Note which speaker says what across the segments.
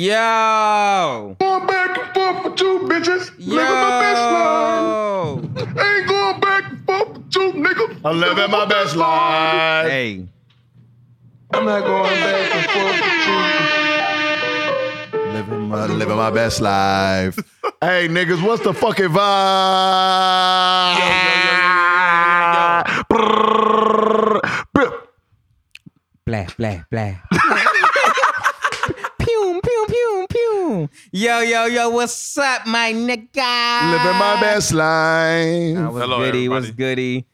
Speaker 1: Yo,
Speaker 2: Going back and forth with you, bitches. Living my best life.
Speaker 1: yo.
Speaker 2: Ain't going back and forth with you, nigga.
Speaker 3: I'm living my best life.
Speaker 1: Hey,
Speaker 2: I'm not going back and forth with you.
Speaker 3: Living my, living my best life. hey, niggas, what's the fucking vibe?
Speaker 1: blah blah blah. pew pew pew pew. Yo yo yo, what's up, my nigga?
Speaker 3: Living my best
Speaker 1: Uh,
Speaker 3: life.
Speaker 1: what's
Speaker 4: Hello,
Speaker 1: goody? What's
Speaker 4: everybody.
Speaker 1: goody?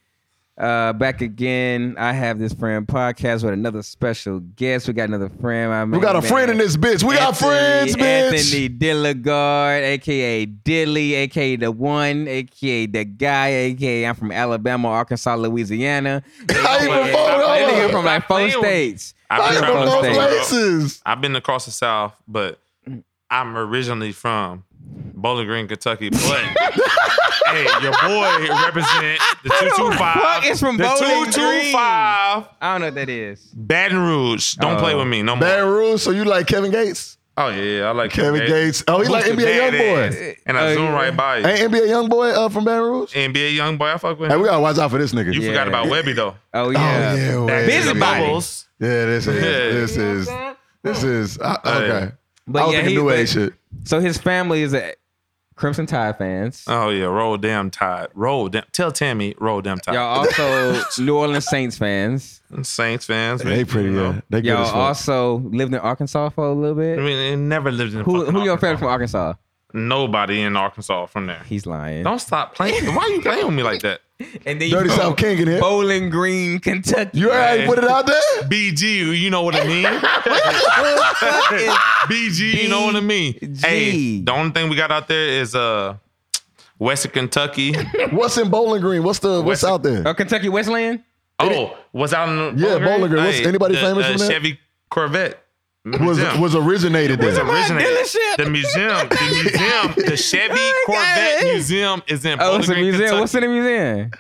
Speaker 1: Uh, back again. I have this friend podcast with another special guest. We got another friend. My
Speaker 3: We got a friend in this bitch. We got friends, bitch.
Speaker 1: Anthony Dilligard, aka Dilly, aka the one, aka the guy, aka I'm from Alabama, Arkansas, Louisiana.
Speaker 3: I ain't
Speaker 4: Anthony.
Speaker 3: even vote
Speaker 4: Stop
Speaker 1: That nigga
Speaker 3: up.
Speaker 1: from like four states.
Speaker 3: I
Speaker 4: I've
Speaker 3: ain't
Speaker 4: been,
Speaker 1: Stop
Speaker 3: from
Speaker 4: around
Speaker 3: no
Speaker 4: the
Speaker 1: playing.
Speaker 4: South, bro.
Speaker 3: places.
Speaker 4: I've been across the South, but I'm originally from Bowling Green, Kentucky. But hey, your boy represent the two two
Speaker 1: fuck
Speaker 4: five.
Speaker 1: is from
Speaker 4: the
Speaker 1: Bowling
Speaker 4: two two five
Speaker 1: I don't know what that is.
Speaker 4: Baton Rouge. Don't
Speaker 1: Oh.
Speaker 4: play with me no more.
Speaker 3: Uh, Baton Rouge, so you like Kevin Gates?
Speaker 4: Oh yeah, yeah, I like
Speaker 3: Kevin Gates. Oh, he like
Speaker 4: Who's the
Speaker 3: NBA
Speaker 4: bad
Speaker 3: Youngboy.
Speaker 4: ass? And I
Speaker 1: Uh,
Speaker 4: zoom right by you.
Speaker 3: Ain't NBA young boy uh, from Baton Rouge?
Speaker 4: NBA young boy, I fuck with.
Speaker 3: Hey,
Speaker 4: Him.
Speaker 3: we gotta watch out for this nigga.
Speaker 4: You
Speaker 1: Yeah.
Speaker 4: forgot about Webby though.
Speaker 1: Oh
Speaker 3: Oh
Speaker 1: yeah.
Speaker 3: yeah, wait.
Speaker 4: Back to the
Speaker 1: Busybody.
Speaker 4: bubbles.
Speaker 3: Yeah, this is
Speaker 4: Yeah.
Speaker 3: this
Speaker 1: You know what I'm
Speaker 3: is
Speaker 1: saying?
Speaker 3: this is uh,
Speaker 4: Oh, yeah.
Speaker 3: okay.
Speaker 1: But
Speaker 3: I was
Speaker 1: yeah,
Speaker 3: thinking
Speaker 1: he-
Speaker 3: new
Speaker 1: but-
Speaker 3: age shit.
Speaker 1: So his family is a Crimson Tide fans.
Speaker 3: Uh,
Speaker 4: Oh yeah, roll damn tide. Roll damn. Tell Tammy, roll damn tide.
Speaker 1: Y'all also New Orleans Saints fans.
Speaker 4: Saints fans.
Speaker 3: They pretty
Speaker 4: you know.
Speaker 3: good. They good
Speaker 1: Y'all
Speaker 3: as fuck.
Speaker 1: also lived in Arkansas for a little
Speaker 4: I
Speaker 1: bit.
Speaker 4: mean, they never lived in.
Speaker 1: Who
Speaker 4: fucking
Speaker 1: who your
Speaker 4: Arkansas.
Speaker 1: favorite from Arkansas?
Speaker 4: Nobody in Arkansas from there.
Speaker 1: He's lying.
Speaker 4: Don't stop playing. Why are you playing with me like that?
Speaker 1: And then
Speaker 3: Dirty
Speaker 1: from
Speaker 3: South King in here.
Speaker 1: Bowling Green, Kentucky.
Speaker 3: You already
Speaker 4: Hey.
Speaker 3: put it out there?
Speaker 4: BG, you know what I mean. BG, you know what I mean. Hey,
Speaker 1: BG.
Speaker 4: the only thing we got out there is uh, Western Kentucky.
Speaker 3: What's in Bowling Green? What's the what's
Speaker 4: West-
Speaker 3: out there?
Speaker 1: Oh, Kentucky Westland.
Speaker 4: Oh, was out in the
Speaker 3: Yeah, Bowling Green. What's- anybody
Speaker 4: the,
Speaker 3: famous
Speaker 4: uh,
Speaker 3: from there?
Speaker 4: Chevy Corvette.
Speaker 3: Was
Speaker 4: Museum.
Speaker 3: was originated there.
Speaker 1: my
Speaker 4: originated-
Speaker 1: dealership.
Speaker 4: The museum, the museum, the Chevy
Speaker 1: Oh,
Speaker 4: Corvette
Speaker 1: God.
Speaker 4: Museum is in
Speaker 1: Oh,
Speaker 4: Bowling
Speaker 1: it's a
Speaker 4: Green,
Speaker 1: museum.
Speaker 4: Kentucky.
Speaker 1: What's in the museum?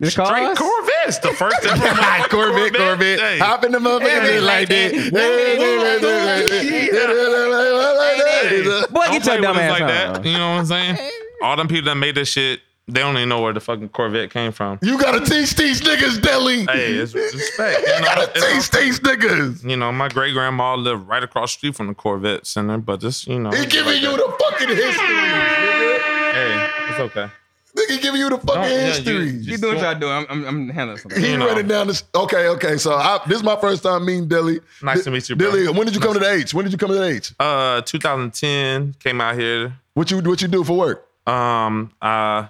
Speaker 1: The
Speaker 4: Straight
Speaker 1: cars?
Speaker 4: Corvettes, the first ever
Speaker 3: Ah,
Speaker 4: motherfucking
Speaker 3: Corvette, Corvette.
Speaker 4: Hey.
Speaker 3: Hop in the motherfucker like that. Yeah, yeah, yeah, yeah, yeah, yeah, yeah, yeah, yeah, yeah, yeah.
Speaker 1: Boy,
Speaker 4: Don't
Speaker 1: get your
Speaker 4: play
Speaker 1: dumb
Speaker 4: with us
Speaker 1: ass
Speaker 4: like
Speaker 1: on.
Speaker 4: that. You know what I'm saying? All them people that made this shit, they don't even know where the fucking Corvette came from.
Speaker 3: You gotta teach these niggas, Deli.
Speaker 4: Hey, it's respect.
Speaker 3: You
Speaker 4: You know,
Speaker 3: gotta
Speaker 4: it's-
Speaker 3: teach these niggas.
Speaker 4: you know, my great grandma lived right across the street from the Corvette Center, but just you know,
Speaker 3: He
Speaker 4: it's
Speaker 3: giving
Speaker 4: like
Speaker 3: you
Speaker 4: that.
Speaker 3: the fucking history.
Speaker 4: hey, it's okay.
Speaker 3: Nigga giving you the
Speaker 4: No,
Speaker 3: fucking
Speaker 4: yeah, you-
Speaker 3: history.
Speaker 1: You doing what y'all doing? I'm, I'm, I'm handling something.
Speaker 3: He
Speaker 4: you know.
Speaker 3: running down this. Okay, okay. So I, this is my first time meeting Dilly.
Speaker 4: Nice
Speaker 3: Di-
Speaker 4: to meet you, bro.
Speaker 3: Dilly, when did you come to the H? When did you come to the H?
Speaker 4: Uh, 2010 came out here.
Speaker 3: What you what you do for work?
Speaker 4: Um, uh,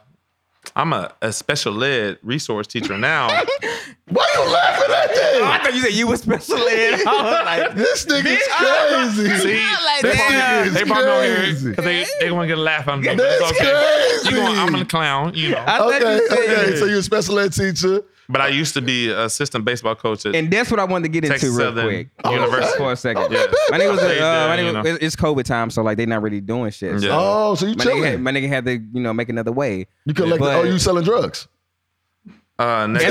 Speaker 4: I'm a, a special ed resource teacher now.
Speaker 3: Why you laughing at
Speaker 1: Oh, I
Speaker 3: that?
Speaker 1: thought you said you were special ed. I was like,
Speaker 3: This nigga's crazy.
Speaker 4: See,
Speaker 1: like
Speaker 4: they
Speaker 1: that.
Speaker 4: brought me- they brought me on here
Speaker 3: Crazy.
Speaker 4: 'cause they they want to get a laugh out of me. but
Speaker 3: That's
Speaker 4: It's okay.
Speaker 3: crazy.
Speaker 4: You going, I'm a clown, you know.
Speaker 1: I thought
Speaker 3: Okay,
Speaker 1: you said.
Speaker 3: okay. So you're a special ed teacher.
Speaker 4: But I used to be an assistant baseball coach at
Speaker 1: And that's what I wanted to get into
Speaker 4: Texas
Speaker 1: real
Speaker 4: Southern
Speaker 1: quick.
Speaker 4: University.
Speaker 1: for a second.
Speaker 4: Yeah.
Speaker 1: My nigga was uh,
Speaker 4: Hey, yeah,
Speaker 1: my
Speaker 4: you
Speaker 1: nigga,
Speaker 4: know.
Speaker 1: it's- it's COVID time, so like they not really doing shit. So
Speaker 4: Yeah.
Speaker 3: Oh, so you
Speaker 1: my, nigga had,
Speaker 3: chilling?
Speaker 1: my nigga had to, you know, make another way.
Speaker 3: You collect?
Speaker 1: But-
Speaker 3: Oh, you selling drugs?
Speaker 4: uh, next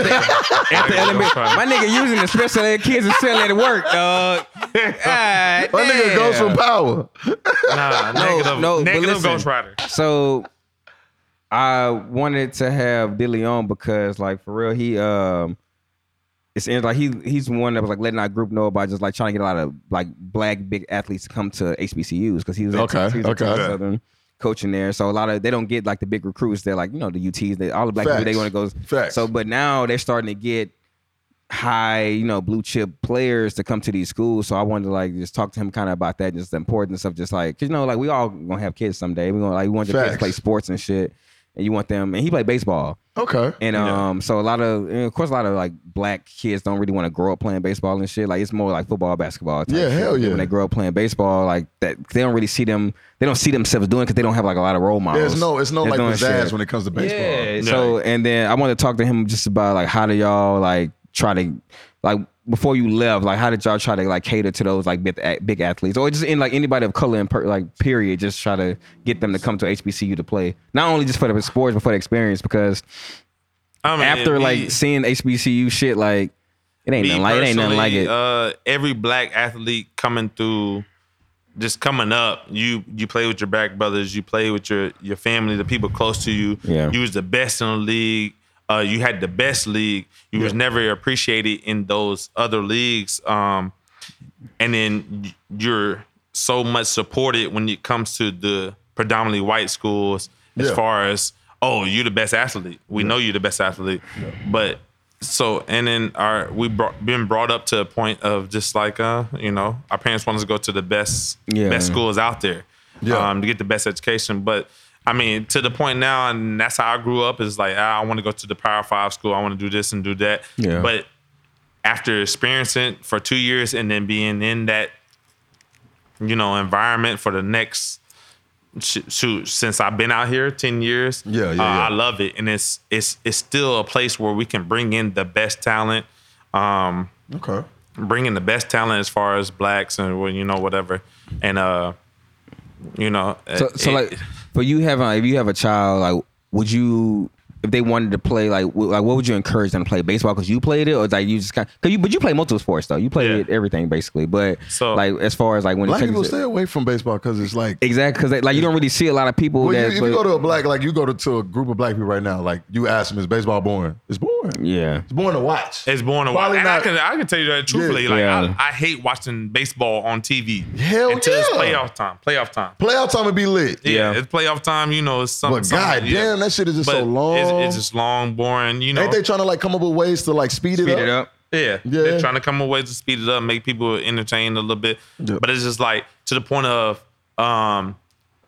Speaker 1: After elementary, my nigga using the special ed kids and still at work, dog. My
Speaker 3: My nigga goes from power.
Speaker 4: Nah, negative,
Speaker 1: no, but
Speaker 4: negative
Speaker 1: listen.
Speaker 4: Ghost Rider.
Speaker 1: So I wanted to have Dilly on because like for real, he um it's in- like he he's one that was like letting our group know about just like trying to get a lot of like black big athletes to come to HBCUs because he was at
Speaker 3: Okay,
Speaker 1: Texas- he was at
Speaker 3: okay.
Speaker 1: Texas Southern coaching there. So a lot of they don't get like the big recruits. They're like, you know, the UTs, they all the black people they
Speaker 3: Facts.
Speaker 1: want to go.
Speaker 3: Facts.
Speaker 1: So but now they're starting to get high, you know, blue chip players to come to these schools. So I wanted to like just talk to him kind of about that, just the importance of just like, 'cause, you know, like we all gonna have kids someday. We gonna like we want your kids to
Speaker 3: Facts.
Speaker 1: play sports and shit, and you want them. And he played baseball,
Speaker 3: Okay.
Speaker 1: and um, so a lot of, and of course, a lot of like black kids don't really want to grow up playing baseball and shit. Like it's more like football, basketball. Type
Speaker 3: Yeah,
Speaker 1: shit.
Speaker 3: hell yeah.
Speaker 1: When they grow up playing baseball, like that, they don't really see them. They don't see themselves doing because they don't have like a lot of role models.
Speaker 3: There's no, it's no
Speaker 1: They're
Speaker 3: like
Speaker 1: doing
Speaker 3: pizzazz
Speaker 1: shit.
Speaker 3: when it comes to baseball.
Speaker 1: Yeah. So and then I want to talk to him just about like how do y'all like try to like before you left like how did y'all try to like cater to those like big, big athletes or just in like anybody of color and per, like period just try to get them to come to HBCU to play not only just for the sports but for the experience because
Speaker 4: I mean,
Speaker 1: after
Speaker 4: me-
Speaker 1: like seeing HBCU shit like it ain't
Speaker 4: me
Speaker 1: nothing like it ain't nothing like
Speaker 4: personally,
Speaker 1: it
Speaker 4: Uh, every black athlete coming through just coming up, you you play with your back brothers, you play with your your family, the people close to you.
Speaker 1: Yeah.
Speaker 4: You was the best in the league. Uh, you had the best league. You was never appreciated in those other leagues. Um, and then y- you're so much supported when it comes to the predominantly white schools as
Speaker 3: Yeah.
Speaker 4: far as oh you're the best athlete we know you're the best athlete but so and then our we brought, been brought up to a point of just like uh you know our parents want us to go to the best
Speaker 1: Yeah.
Speaker 4: best schools out there
Speaker 3: Yeah.
Speaker 4: um to get the best education but I mean, to the point now, and that's how I grew up. Is like ah, I want to go to the Power Five school. I want to do this and do that.
Speaker 1: Yeah.
Speaker 4: But after experiencing it for two years and then being in that, you know, environment for the next sh- shoot since I've been out here ten years.
Speaker 3: Yeah, yeah,
Speaker 4: uh,
Speaker 3: yeah.
Speaker 4: I love it, and it's it's it's still a place where we can bring in the best talent, um,
Speaker 3: Okay.
Speaker 4: bring in the best talent as far as blacks and well, you know whatever, and uh, you know,
Speaker 1: So, so
Speaker 4: it-
Speaker 1: like, for you having, like, if you have a child, like, would you, if they wanted to play, like, w- like, what would you encourage them to play? Baseball because you played it, or like you just kind, cause you, but you play multiple sports though. You played
Speaker 4: Yeah.
Speaker 1: everything basically, but
Speaker 4: So-
Speaker 1: like as far as like when it
Speaker 3: Black
Speaker 1: takes
Speaker 3: people
Speaker 1: it-
Speaker 3: stay away from baseball because it's like
Speaker 1: exactly because like you don't really see a lot of people
Speaker 3: Well, you,
Speaker 1: that
Speaker 3: if you
Speaker 1: but-
Speaker 3: go to a black, like you go to, to a group of black people right now, like you ask them, is baseball boring? It's boring.
Speaker 1: yeah.
Speaker 3: It's boring to watch.
Speaker 4: It's born a while.
Speaker 3: Probably
Speaker 4: And I
Speaker 3: not-
Speaker 4: can I can tell you that truthfully. like
Speaker 1: Yeah.
Speaker 4: I, I hate watching baseball on TV.
Speaker 3: Hell
Speaker 4: until it's
Speaker 3: yeah.
Speaker 4: playoff time. Playoff time.
Speaker 3: Playoff time would be lit.
Speaker 4: Yeah,
Speaker 1: Yeah.
Speaker 4: it's playoff time. You know, it's something.
Speaker 3: But
Speaker 4: something,
Speaker 3: god
Speaker 4: yeah.
Speaker 3: damn, that shit is just so long.
Speaker 4: It's, it's just long, boring. You know,
Speaker 3: Ain't they trying to like come up with ways to like speed it
Speaker 1: Speed
Speaker 3: up?
Speaker 1: it up.
Speaker 4: yeah,
Speaker 3: Yeah.
Speaker 4: they're trying to come up with ways to speed it up, make people entertained a little bit.
Speaker 3: Yeah.
Speaker 4: But it's just like to the point of um,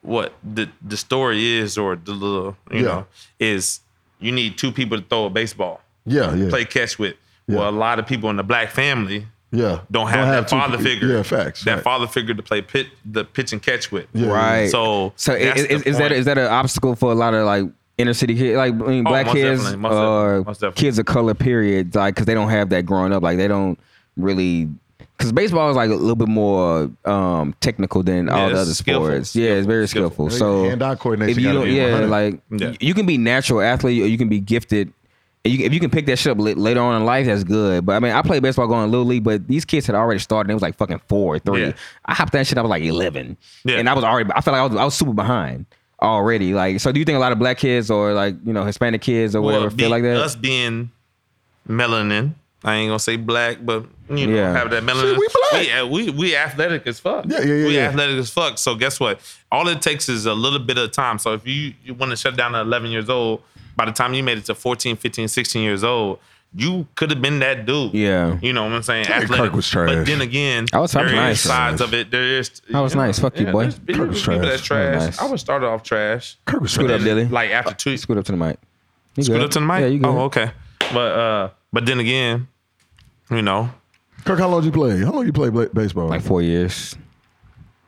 Speaker 4: what the the story is, or the little you
Speaker 3: Yeah.
Speaker 4: know is you need two people to throw a baseball,
Speaker 3: Yeah, yeah.
Speaker 4: play catch with.
Speaker 3: Yeah.
Speaker 4: Well, a lot of people in the black family
Speaker 3: yeah.
Speaker 4: don't have that
Speaker 3: two-
Speaker 4: father figure.
Speaker 3: Yeah, facts.
Speaker 4: That
Speaker 3: right.
Speaker 4: father figure to play pit the pitch and catch with.
Speaker 3: Yeah.
Speaker 1: Right.
Speaker 4: So
Speaker 1: so i-
Speaker 4: that's
Speaker 1: is,
Speaker 4: the
Speaker 1: is, is that
Speaker 4: point.
Speaker 1: is that an obstacle for a lot of like inner city kids, like I mean,
Speaker 4: Oh,
Speaker 1: black
Speaker 4: most
Speaker 1: kids
Speaker 4: definitely, most
Speaker 1: or
Speaker 4: definitely, most definitely.
Speaker 1: kids of color? Period. Like because they don't have that growing up. Like they don't really. Because baseball is like a little bit more um, technical than all the
Speaker 4: it's
Speaker 1: other
Speaker 4: skillful,
Speaker 1: sports. yeah, it's very skillful.
Speaker 4: skillful.
Speaker 1: So
Speaker 3: Hand-eye coordination
Speaker 1: If you
Speaker 3: gotta
Speaker 1: don't,
Speaker 3: be
Speaker 1: yeah,
Speaker 3: 100.
Speaker 1: like
Speaker 4: Yeah.
Speaker 1: y- you can be natural athlete or you can be gifted. And you, if you can pick that shit up la- later on in life, that's good. But I mean, I played baseball going to little league, but these kids had already started. It was like fucking four, three.
Speaker 4: Yeah.
Speaker 1: I hopped that shit. I was like eleven,
Speaker 4: Yeah.
Speaker 1: and I was already. I felt like I was, I was super behind already. Like, so do you think a lot of black kids or like you know Hispanic kids or whatever
Speaker 4: be-
Speaker 1: feel like that?
Speaker 4: Us being melanin, I ain't gonna say black, but you know,
Speaker 1: Yeah.
Speaker 4: have that melanin.
Speaker 3: Shit, we black.
Speaker 4: We, uh, we we athletic as fuck.
Speaker 3: Yeah, yeah, yeah,
Speaker 4: We
Speaker 3: yeah.
Speaker 4: athletic as fuck. So guess what? All it takes is a little bit of time. So if you, you want to shut down at 11 years old, by the time you made it to 14, 15, 16 years old, you could have been that dude.
Speaker 1: Yeah.
Speaker 4: You know what I'm saying?
Speaker 3: Yeah, Kirk was trash.
Speaker 4: But then again,
Speaker 1: I was- I was
Speaker 4: there is
Speaker 1: nice.
Speaker 4: sides of it. There is.
Speaker 1: I was
Speaker 4: you know,
Speaker 1: nice. Fuck you, boy.
Speaker 4: there's- there's
Speaker 3: Kirk was
Speaker 4: people
Speaker 3: trash.
Speaker 4: that's
Speaker 1: I was
Speaker 4: trash.
Speaker 1: nice.
Speaker 4: I was started off trash.
Speaker 3: Kirk was
Speaker 1: Scoot up,
Speaker 3: trash.
Speaker 1: Dilly. Uh,
Speaker 4: Like after two,
Speaker 1: Scoot up to the mic. You
Speaker 4: Scoot
Speaker 1: good.
Speaker 4: up to the mic.
Speaker 1: Yeah, you good.
Speaker 4: Oh, okay. But uh, but then again, you know,
Speaker 3: Kirk, how long did you play? How long you play bla- baseball?
Speaker 1: Like four years.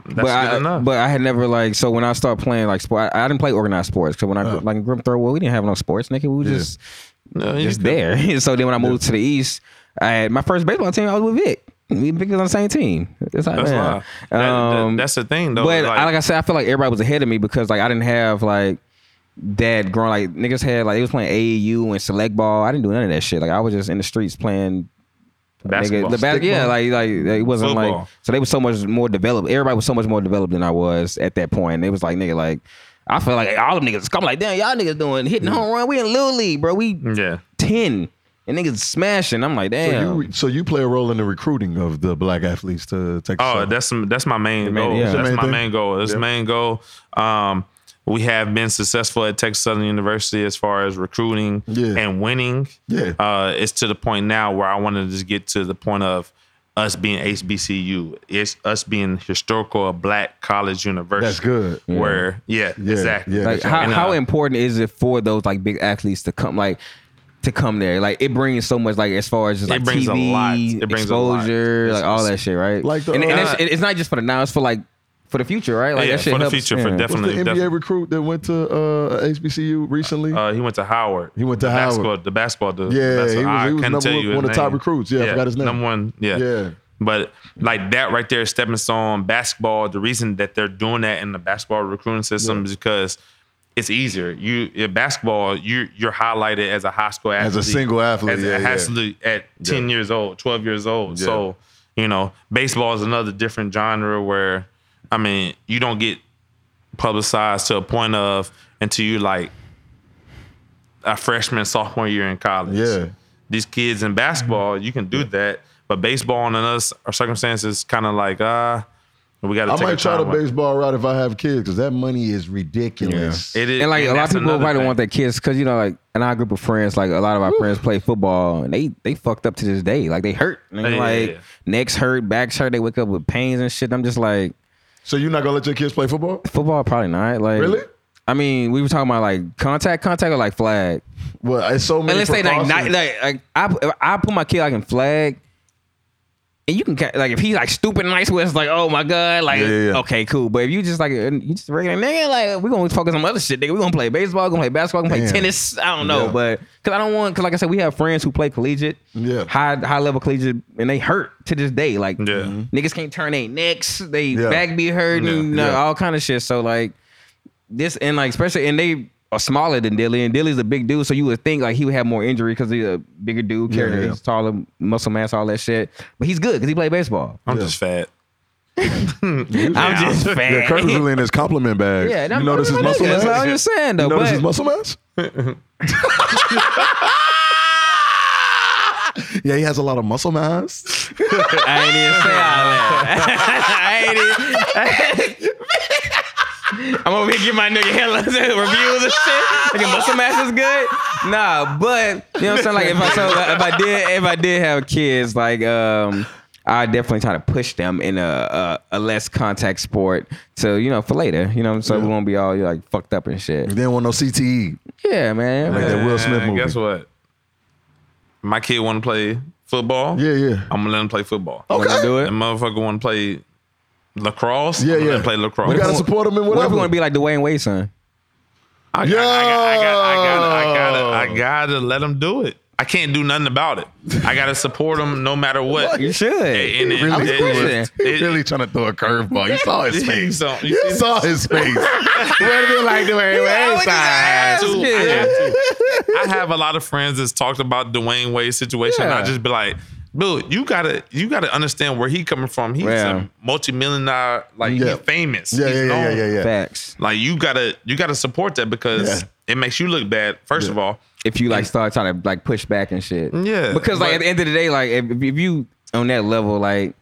Speaker 4: that's
Speaker 1: but
Speaker 4: good
Speaker 1: I,
Speaker 4: enough.
Speaker 1: but I had never like so when I started playing like sport, I, I didn't play organized sports because when I grew-
Speaker 3: Oh.
Speaker 1: like in Grim Third World, we didn't have no sports, nigga. We were
Speaker 3: Yeah.
Speaker 1: just
Speaker 4: No, you
Speaker 1: just
Speaker 4: could-
Speaker 1: there. so then when I moved to the East, I had my first baseball team. I was with Vic. We Vic was on the same team. It's like,
Speaker 4: That's
Speaker 1: man.
Speaker 4: why. That- that-
Speaker 1: Um,
Speaker 4: that's the thing, though.
Speaker 1: But
Speaker 4: like-
Speaker 1: I, like I said, I feel like everybody was ahead of me because like I didn't have like dad growing like niggas had like they was playing AAU and select ball. I didn't do none of that shit. Like I was just in the streets playing Nigga,
Speaker 4: Basketball.
Speaker 1: the bas- yeah, like like it wasn't like
Speaker 4: Football.
Speaker 1: so they were so much more developed. Everybody was so much more developed than I was at that point. It was like nigga, like I feel like all them niggas. I'm like, damn, y'all niggas doing hitting home run. We in little league, bro. We
Speaker 4: yeah.
Speaker 1: ten and niggas smashing. I'm like,
Speaker 3: Mm. so,
Speaker 1: damn.
Speaker 3: you, so you play a role in the recruiting of the black athletes to Texas.
Speaker 4: Oh,
Speaker 3: Southern.
Speaker 4: that's that's my main
Speaker 1: main-
Speaker 4: goal.
Speaker 1: yeah.
Speaker 4: That's
Speaker 3: Main
Speaker 4: my
Speaker 3: thing.
Speaker 4: main goal. That's
Speaker 3: Yeah.
Speaker 4: the main goal. Um, we have been successful at Texas Southern University as far as recruiting
Speaker 3: Yeah.
Speaker 4: and winning.
Speaker 3: Yeah.
Speaker 4: Uh, it's to the point now where I want to just get to the point of us being HBCU. It's us being historical black college university.
Speaker 3: That's good.
Speaker 4: Where yeah,
Speaker 3: Yeah,
Speaker 4: exactly.
Speaker 3: yeah.
Speaker 1: like
Speaker 3: that's
Speaker 1: how,
Speaker 4: right.
Speaker 1: how
Speaker 4: And, uh,
Speaker 1: important is it for those like big athletes to come like to come there? Like it brings so much like as far as just,
Speaker 4: It
Speaker 1: like
Speaker 4: brings a
Speaker 1: TV,
Speaker 4: lot. It brings a lot.
Speaker 1: exposure,
Speaker 4: It's-
Speaker 1: like all
Speaker 4: it's-
Speaker 1: that shit, right?
Speaker 3: Like the,
Speaker 1: and, and
Speaker 3: uh,
Speaker 1: it's, it's not just for the now, it's for like for the future, right? Like
Speaker 4: yeah,
Speaker 1: that shit
Speaker 4: for the
Speaker 1: helps.
Speaker 4: future, for
Speaker 1: yeah.
Speaker 3: What's the
Speaker 4: definitely.
Speaker 3: NBA
Speaker 4: definitely.
Speaker 3: recruit that went to uh, HBCU recently?
Speaker 4: Uh, he went to Howard.
Speaker 3: He went to
Speaker 4: the
Speaker 3: Howard.
Speaker 4: Basketball, the basketball dude.
Speaker 3: Yeah,
Speaker 4: That's-
Speaker 3: he was-
Speaker 4: I
Speaker 3: he was
Speaker 4: couldn't
Speaker 3: number
Speaker 4: tell
Speaker 3: one-
Speaker 4: you his
Speaker 3: one of the top
Speaker 4: name.
Speaker 3: recruits. Yeah, I forgot his name.
Speaker 4: Number one. Yeah.
Speaker 3: Yeah.
Speaker 4: But like that right there, stepping stone basketball. The reason that they're doing that in the basketball recruiting system is because it's easier. You in basketball, you you're highlighted as a high school athlete,
Speaker 3: As a single athlete,
Speaker 4: as a
Speaker 3: yeah, yeah.
Speaker 4: athlete at ten years old, twelve years old. So you know, baseball is another different genre where I mean, you don't get publicized to a point of until you like a freshman, sophomore year in college.
Speaker 3: Yeah.
Speaker 4: These kids in
Speaker 3: Mm-hmm.
Speaker 4: basketball, you can do that, but baseball in us our circumstances kind of like uh we got to.
Speaker 3: I might try the baseball route if I have kids because that money is ridiculous.
Speaker 4: It is,
Speaker 1: And like a lot of
Speaker 4: that's
Speaker 1: people
Speaker 4: another
Speaker 1: probably
Speaker 4: thing.
Speaker 1: want their kids because you know, like in our group of friends, like a lot of our friends play football and they they fucked up to this day. Like they hurt, and
Speaker 4: Yeah, yeah,
Speaker 1: like
Speaker 4: yeah.
Speaker 1: necks hurt, backs hurt. They wake up with pains and shit. I'm just like
Speaker 3: So you're not gonna let your kids play football?
Speaker 1: football, probably not. Like
Speaker 3: Really?
Speaker 1: I mean, we were talking about like contact, contact or like flag.
Speaker 3: Well, it's so many.
Speaker 1: Unless they like, not,
Speaker 3: precautions.
Speaker 1: like, like I if I put my kid like in flag, and you can ca- like if he's like stupid nice with, it's like oh my god, like
Speaker 3: Yeah, yeah, yeah.
Speaker 1: okay, cool. But if you just like you just a regular nigga, like we gonna focus on other shit, nigga. We gonna play baseball, gonna play basketball, gonna play
Speaker 3: Damn.
Speaker 1: tennis. I don't know,
Speaker 3: Yeah.
Speaker 1: but because I don't want because like I said, we have friends who play collegiate,
Speaker 3: Yeah.
Speaker 1: high high level collegiate, and they hurt to this day. Like
Speaker 4: Yeah. Mhm.
Speaker 1: niggas can't turn their necks, they
Speaker 3: Yeah.
Speaker 1: back be hurting,
Speaker 4: Yeah.
Speaker 1: you know,
Speaker 3: Yeah.
Speaker 1: all kind of shit. So like this and like especially and they are smaller than Dilly and Dilly's a big dude, so you would think like he would have more injury because he's a bigger dude,
Speaker 3: Yeah,
Speaker 1: carrying
Speaker 3: yeah.
Speaker 1: his taller muscle mass, all that shit. But he's good because he played baseball.
Speaker 4: I'm
Speaker 3: Yeah.
Speaker 4: just fat.
Speaker 1: I'm just fat.
Speaker 3: Yeah, Kirk was really in his compliment bag.
Speaker 1: Yeah, that-
Speaker 3: you notice his
Speaker 1: nigga,
Speaker 3: muscle
Speaker 1: That's all
Speaker 3: mass.
Speaker 1: I'm just saying though.
Speaker 3: You notice
Speaker 1: but
Speaker 3: his muscle mass? yeah, he has a lot of muscle mass.
Speaker 1: I ain't even say all that. I ain't even. I'm over here giving my nigga hella reviews and shit. Nigga, muscle mass is good. Nah, but you know what I'm saying. Like if I so if I did if I did have kids, like um, I definitely try to push them in a a, a less contact sport to you know for later. You know, so we won't be all like fucked up and
Speaker 3: He
Speaker 1: shit.
Speaker 3: didn't want no E. CTE.
Speaker 1: Yeah, man.
Speaker 3: Like that Will Smith
Speaker 4: And
Speaker 3: movie.
Speaker 4: Guess what? My kid want to play football.
Speaker 3: Yeah, Oh. yeah.
Speaker 4: I'm gonna let him play football.
Speaker 1: Wanna
Speaker 3: Okay.
Speaker 1: do
Speaker 4: That
Speaker 1: it.
Speaker 4: motherfucker want to play lacrosse.
Speaker 3: Yeah,
Speaker 4: I'm gonna
Speaker 3: yeah.
Speaker 4: let him Play lacrosse.
Speaker 3: We gotta support him in
Speaker 1: What if
Speaker 3: whatever.
Speaker 1: we want to be like Dwayne Wade son?
Speaker 4: I, I, I, I, gotta, I, gotta, I gotta, I gotta let him do it. I can't do nothing about it. I gotta support him no matter what.
Speaker 1: You should.
Speaker 4: And it-
Speaker 3: really,
Speaker 4: it-
Speaker 1: pushing.
Speaker 4: it-
Speaker 3: he
Speaker 4: it-
Speaker 3: really trying to throw a curveball. You saw his
Speaker 4: Yeah, you
Speaker 3: face.
Speaker 4: saw- you
Speaker 3: You
Speaker 4: seen-
Speaker 3: saw his face. what if he like doing?
Speaker 1: always just
Speaker 4: I,
Speaker 1: ask
Speaker 4: too, I,
Speaker 1: it.
Speaker 4: have to. I have a lot of friends that's talked about Dwayne Wade's situation. And I
Speaker 1: Yeah.
Speaker 4: just be like, Bill, you gotta you gotta understand where he coming from. He's
Speaker 1: Yeah.
Speaker 4: a multimillionaire, like
Speaker 3: Yeah.
Speaker 4: he's famous.
Speaker 3: Yeah,
Speaker 4: He's
Speaker 3: yeah, yeah,
Speaker 4: known.
Speaker 3: yeah, yeah, yeah.
Speaker 1: Facts.
Speaker 4: Like you gotta you gotta support that because
Speaker 3: Yeah.
Speaker 4: it makes you look bad, first of all.
Speaker 1: if you like start trying to like push back and shit.
Speaker 4: Yeah,
Speaker 1: Because like
Speaker 4: but-
Speaker 1: at the end of the day, like if, if you on that level, like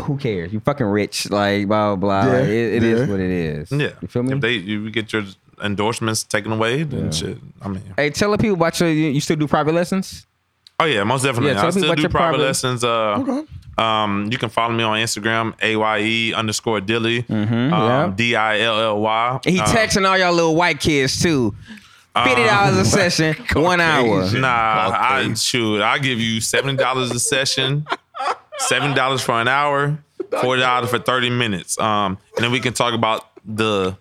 Speaker 1: who cares? You fucking rich, like blah blah. blah.
Speaker 3: Yeah,
Speaker 1: Like, it it is
Speaker 3: yeah.
Speaker 1: what it is.
Speaker 4: Yeah.
Speaker 1: you feel me?
Speaker 4: If they you get your endorsements taken away, then shit. I mean
Speaker 1: hey, tell the people about your. You you still do private lessons?
Speaker 4: Oh yeah, most definitely.
Speaker 1: Yeah, tell
Speaker 4: I
Speaker 1: me
Speaker 4: still
Speaker 1: what
Speaker 4: do
Speaker 1: your
Speaker 4: private
Speaker 1: private-
Speaker 4: lessons. Uh, um, you can follow me on Instagram, A Y E underscore Dilly,
Speaker 1: Mm-hmm, yeah.
Speaker 4: um, D I L L Y.
Speaker 1: And he
Speaker 3: Uh-huh.
Speaker 4: Um,
Speaker 1: texting all y'all little white kids too. Fifty dollars a session, one hour.
Speaker 3: Caucasian.
Speaker 4: Nah, I,
Speaker 3: Caucasian.
Speaker 4: shoot, I give you seventy dollars a session, seven dollars for an hour, forty dollars for thirty minutes. Um, and then we can talk about the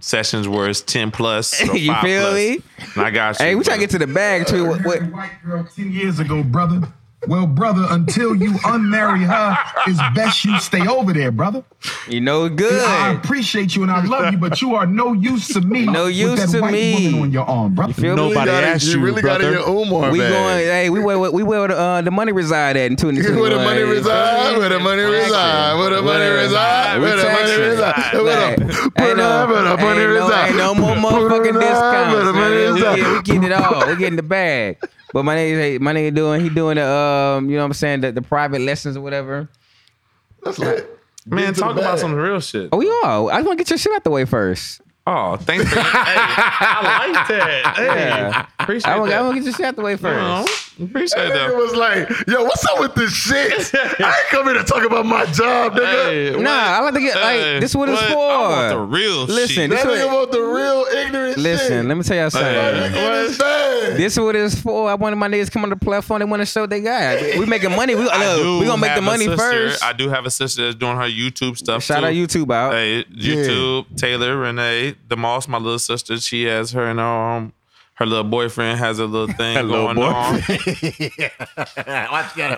Speaker 4: sessions where it's ten plus. Or
Speaker 1: You
Speaker 4: five
Speaker 1: feel
Speaker 4: plus.
Speaker 1: me?
Speaker 4: And I got you.
Speaker 1: Hey, we trying to get to the bag too. What, what,
Speaker 5: married a white girl 10 years ago, brother. Well, brother, until you unmarry her, it's best you stay over there, brother.
Speaker 1: you know,
Speaker 5: I
Speaker 1: good.
Speaker 5: appreciate you and I love you, but you are no use to me.
Speaker 1: No use
Speaker 5: with that
Speaker 1: to
Speaker 5: white
Speaker 1: me.
Speaker 5: woman on your arm, brother.
Speaker 1: Feel me?
Speaker 3: You,
Speaker 6: Nobody-
Speaker 3: gotta-
Speaker 6: asked
Speaker 3: you
Speaker 6: you,
Speaker 3: really got in
Speaker 6: brother.
Speaker 3: your Umar
Speaker 1: We
Speaker 3: bag.
Speaker 1: going. Hey, we where we where the, uh, the money reside at in two
Speaker 3: Where the money reside? Where the money reside? Where the money reside? Where the money reside? Where the
Speaker 1: Hey,
Speaker 3: where the- where the money reside?
Speaker 1: ain't no more
Speaker 3: Where
Speaker 1: motherfucking
Speaker 3: the- Where the
Speaker 1: discounts.
Speaker 3: money
Speaker 1: man. We get- We
Speaker 3: reside?
Speaker 1: getting it all. We getting the bag. But my nigga, hey, my nigga doing he doing the um, you know what I'm saying, the, the private lessons or whatever.
Speaker 3: That's lit.
Speaker 4: man.
Speaker 3: Get to the
Speaker 4: Talk about
Speaker 3: bag.
Speaker 4: some real shit.
Speaker 1: Oh, we all. I just want to get your shit out the way first.
Speaker 4: Oh, thanks. For, hey, I like that. Hey,
Speaker 1: Yeah.
Speaker 4: appreciate
Speaker 1: I want
Speaker 4: that.
Speaker 1: to get your shit out the way first.
Speaker 4: Oh, appreciate
Speaker 3: Nigga
Speaker 4: that.
Speaker 3: was like, yo, what's up with this shit? I ain't come here to talk about my job, nigga.
Speaker 4: Hey,
Speaker 1: Nah, I like to get like
Speaker 4: hey,
Speaker 1: this. What it's for?
Speaker 4: I want the real
Speaker 1: Listen,
Speaker 4: shit.
Speaker 1: this
Speaker 3: that
Speaker 1: what-
Speaker 3: nigga want the real ignorant
Speaker 1: Listen,
Speaker 3: shit.
Speaker 1: let me tell y'all something.
Speaker 4: Hey.
Speaker 3: Listen,
Speaker 1: This is what it's for. I wanted my niggas come on the platform. They want to show they got. We making money. We, look,
Speaker 4: do
Speaker 1: we gonna make
Speaker 4: have
Speaker 1: the
Speaker 4: a
Speaker 1: money
Speaker 4: sister.
Speaker 1: first.
Speaker 4: I do have a sister that's doing her YouTube stuff.
Speaker 1: Shout
Speaker 4: too.
Speaker 1: out YouTube out.
Speaker 4: Hey, YouTube, Taylor, Renee, the Moss, my little sister. She has her and her um, her little boyfriend has a little thing going on.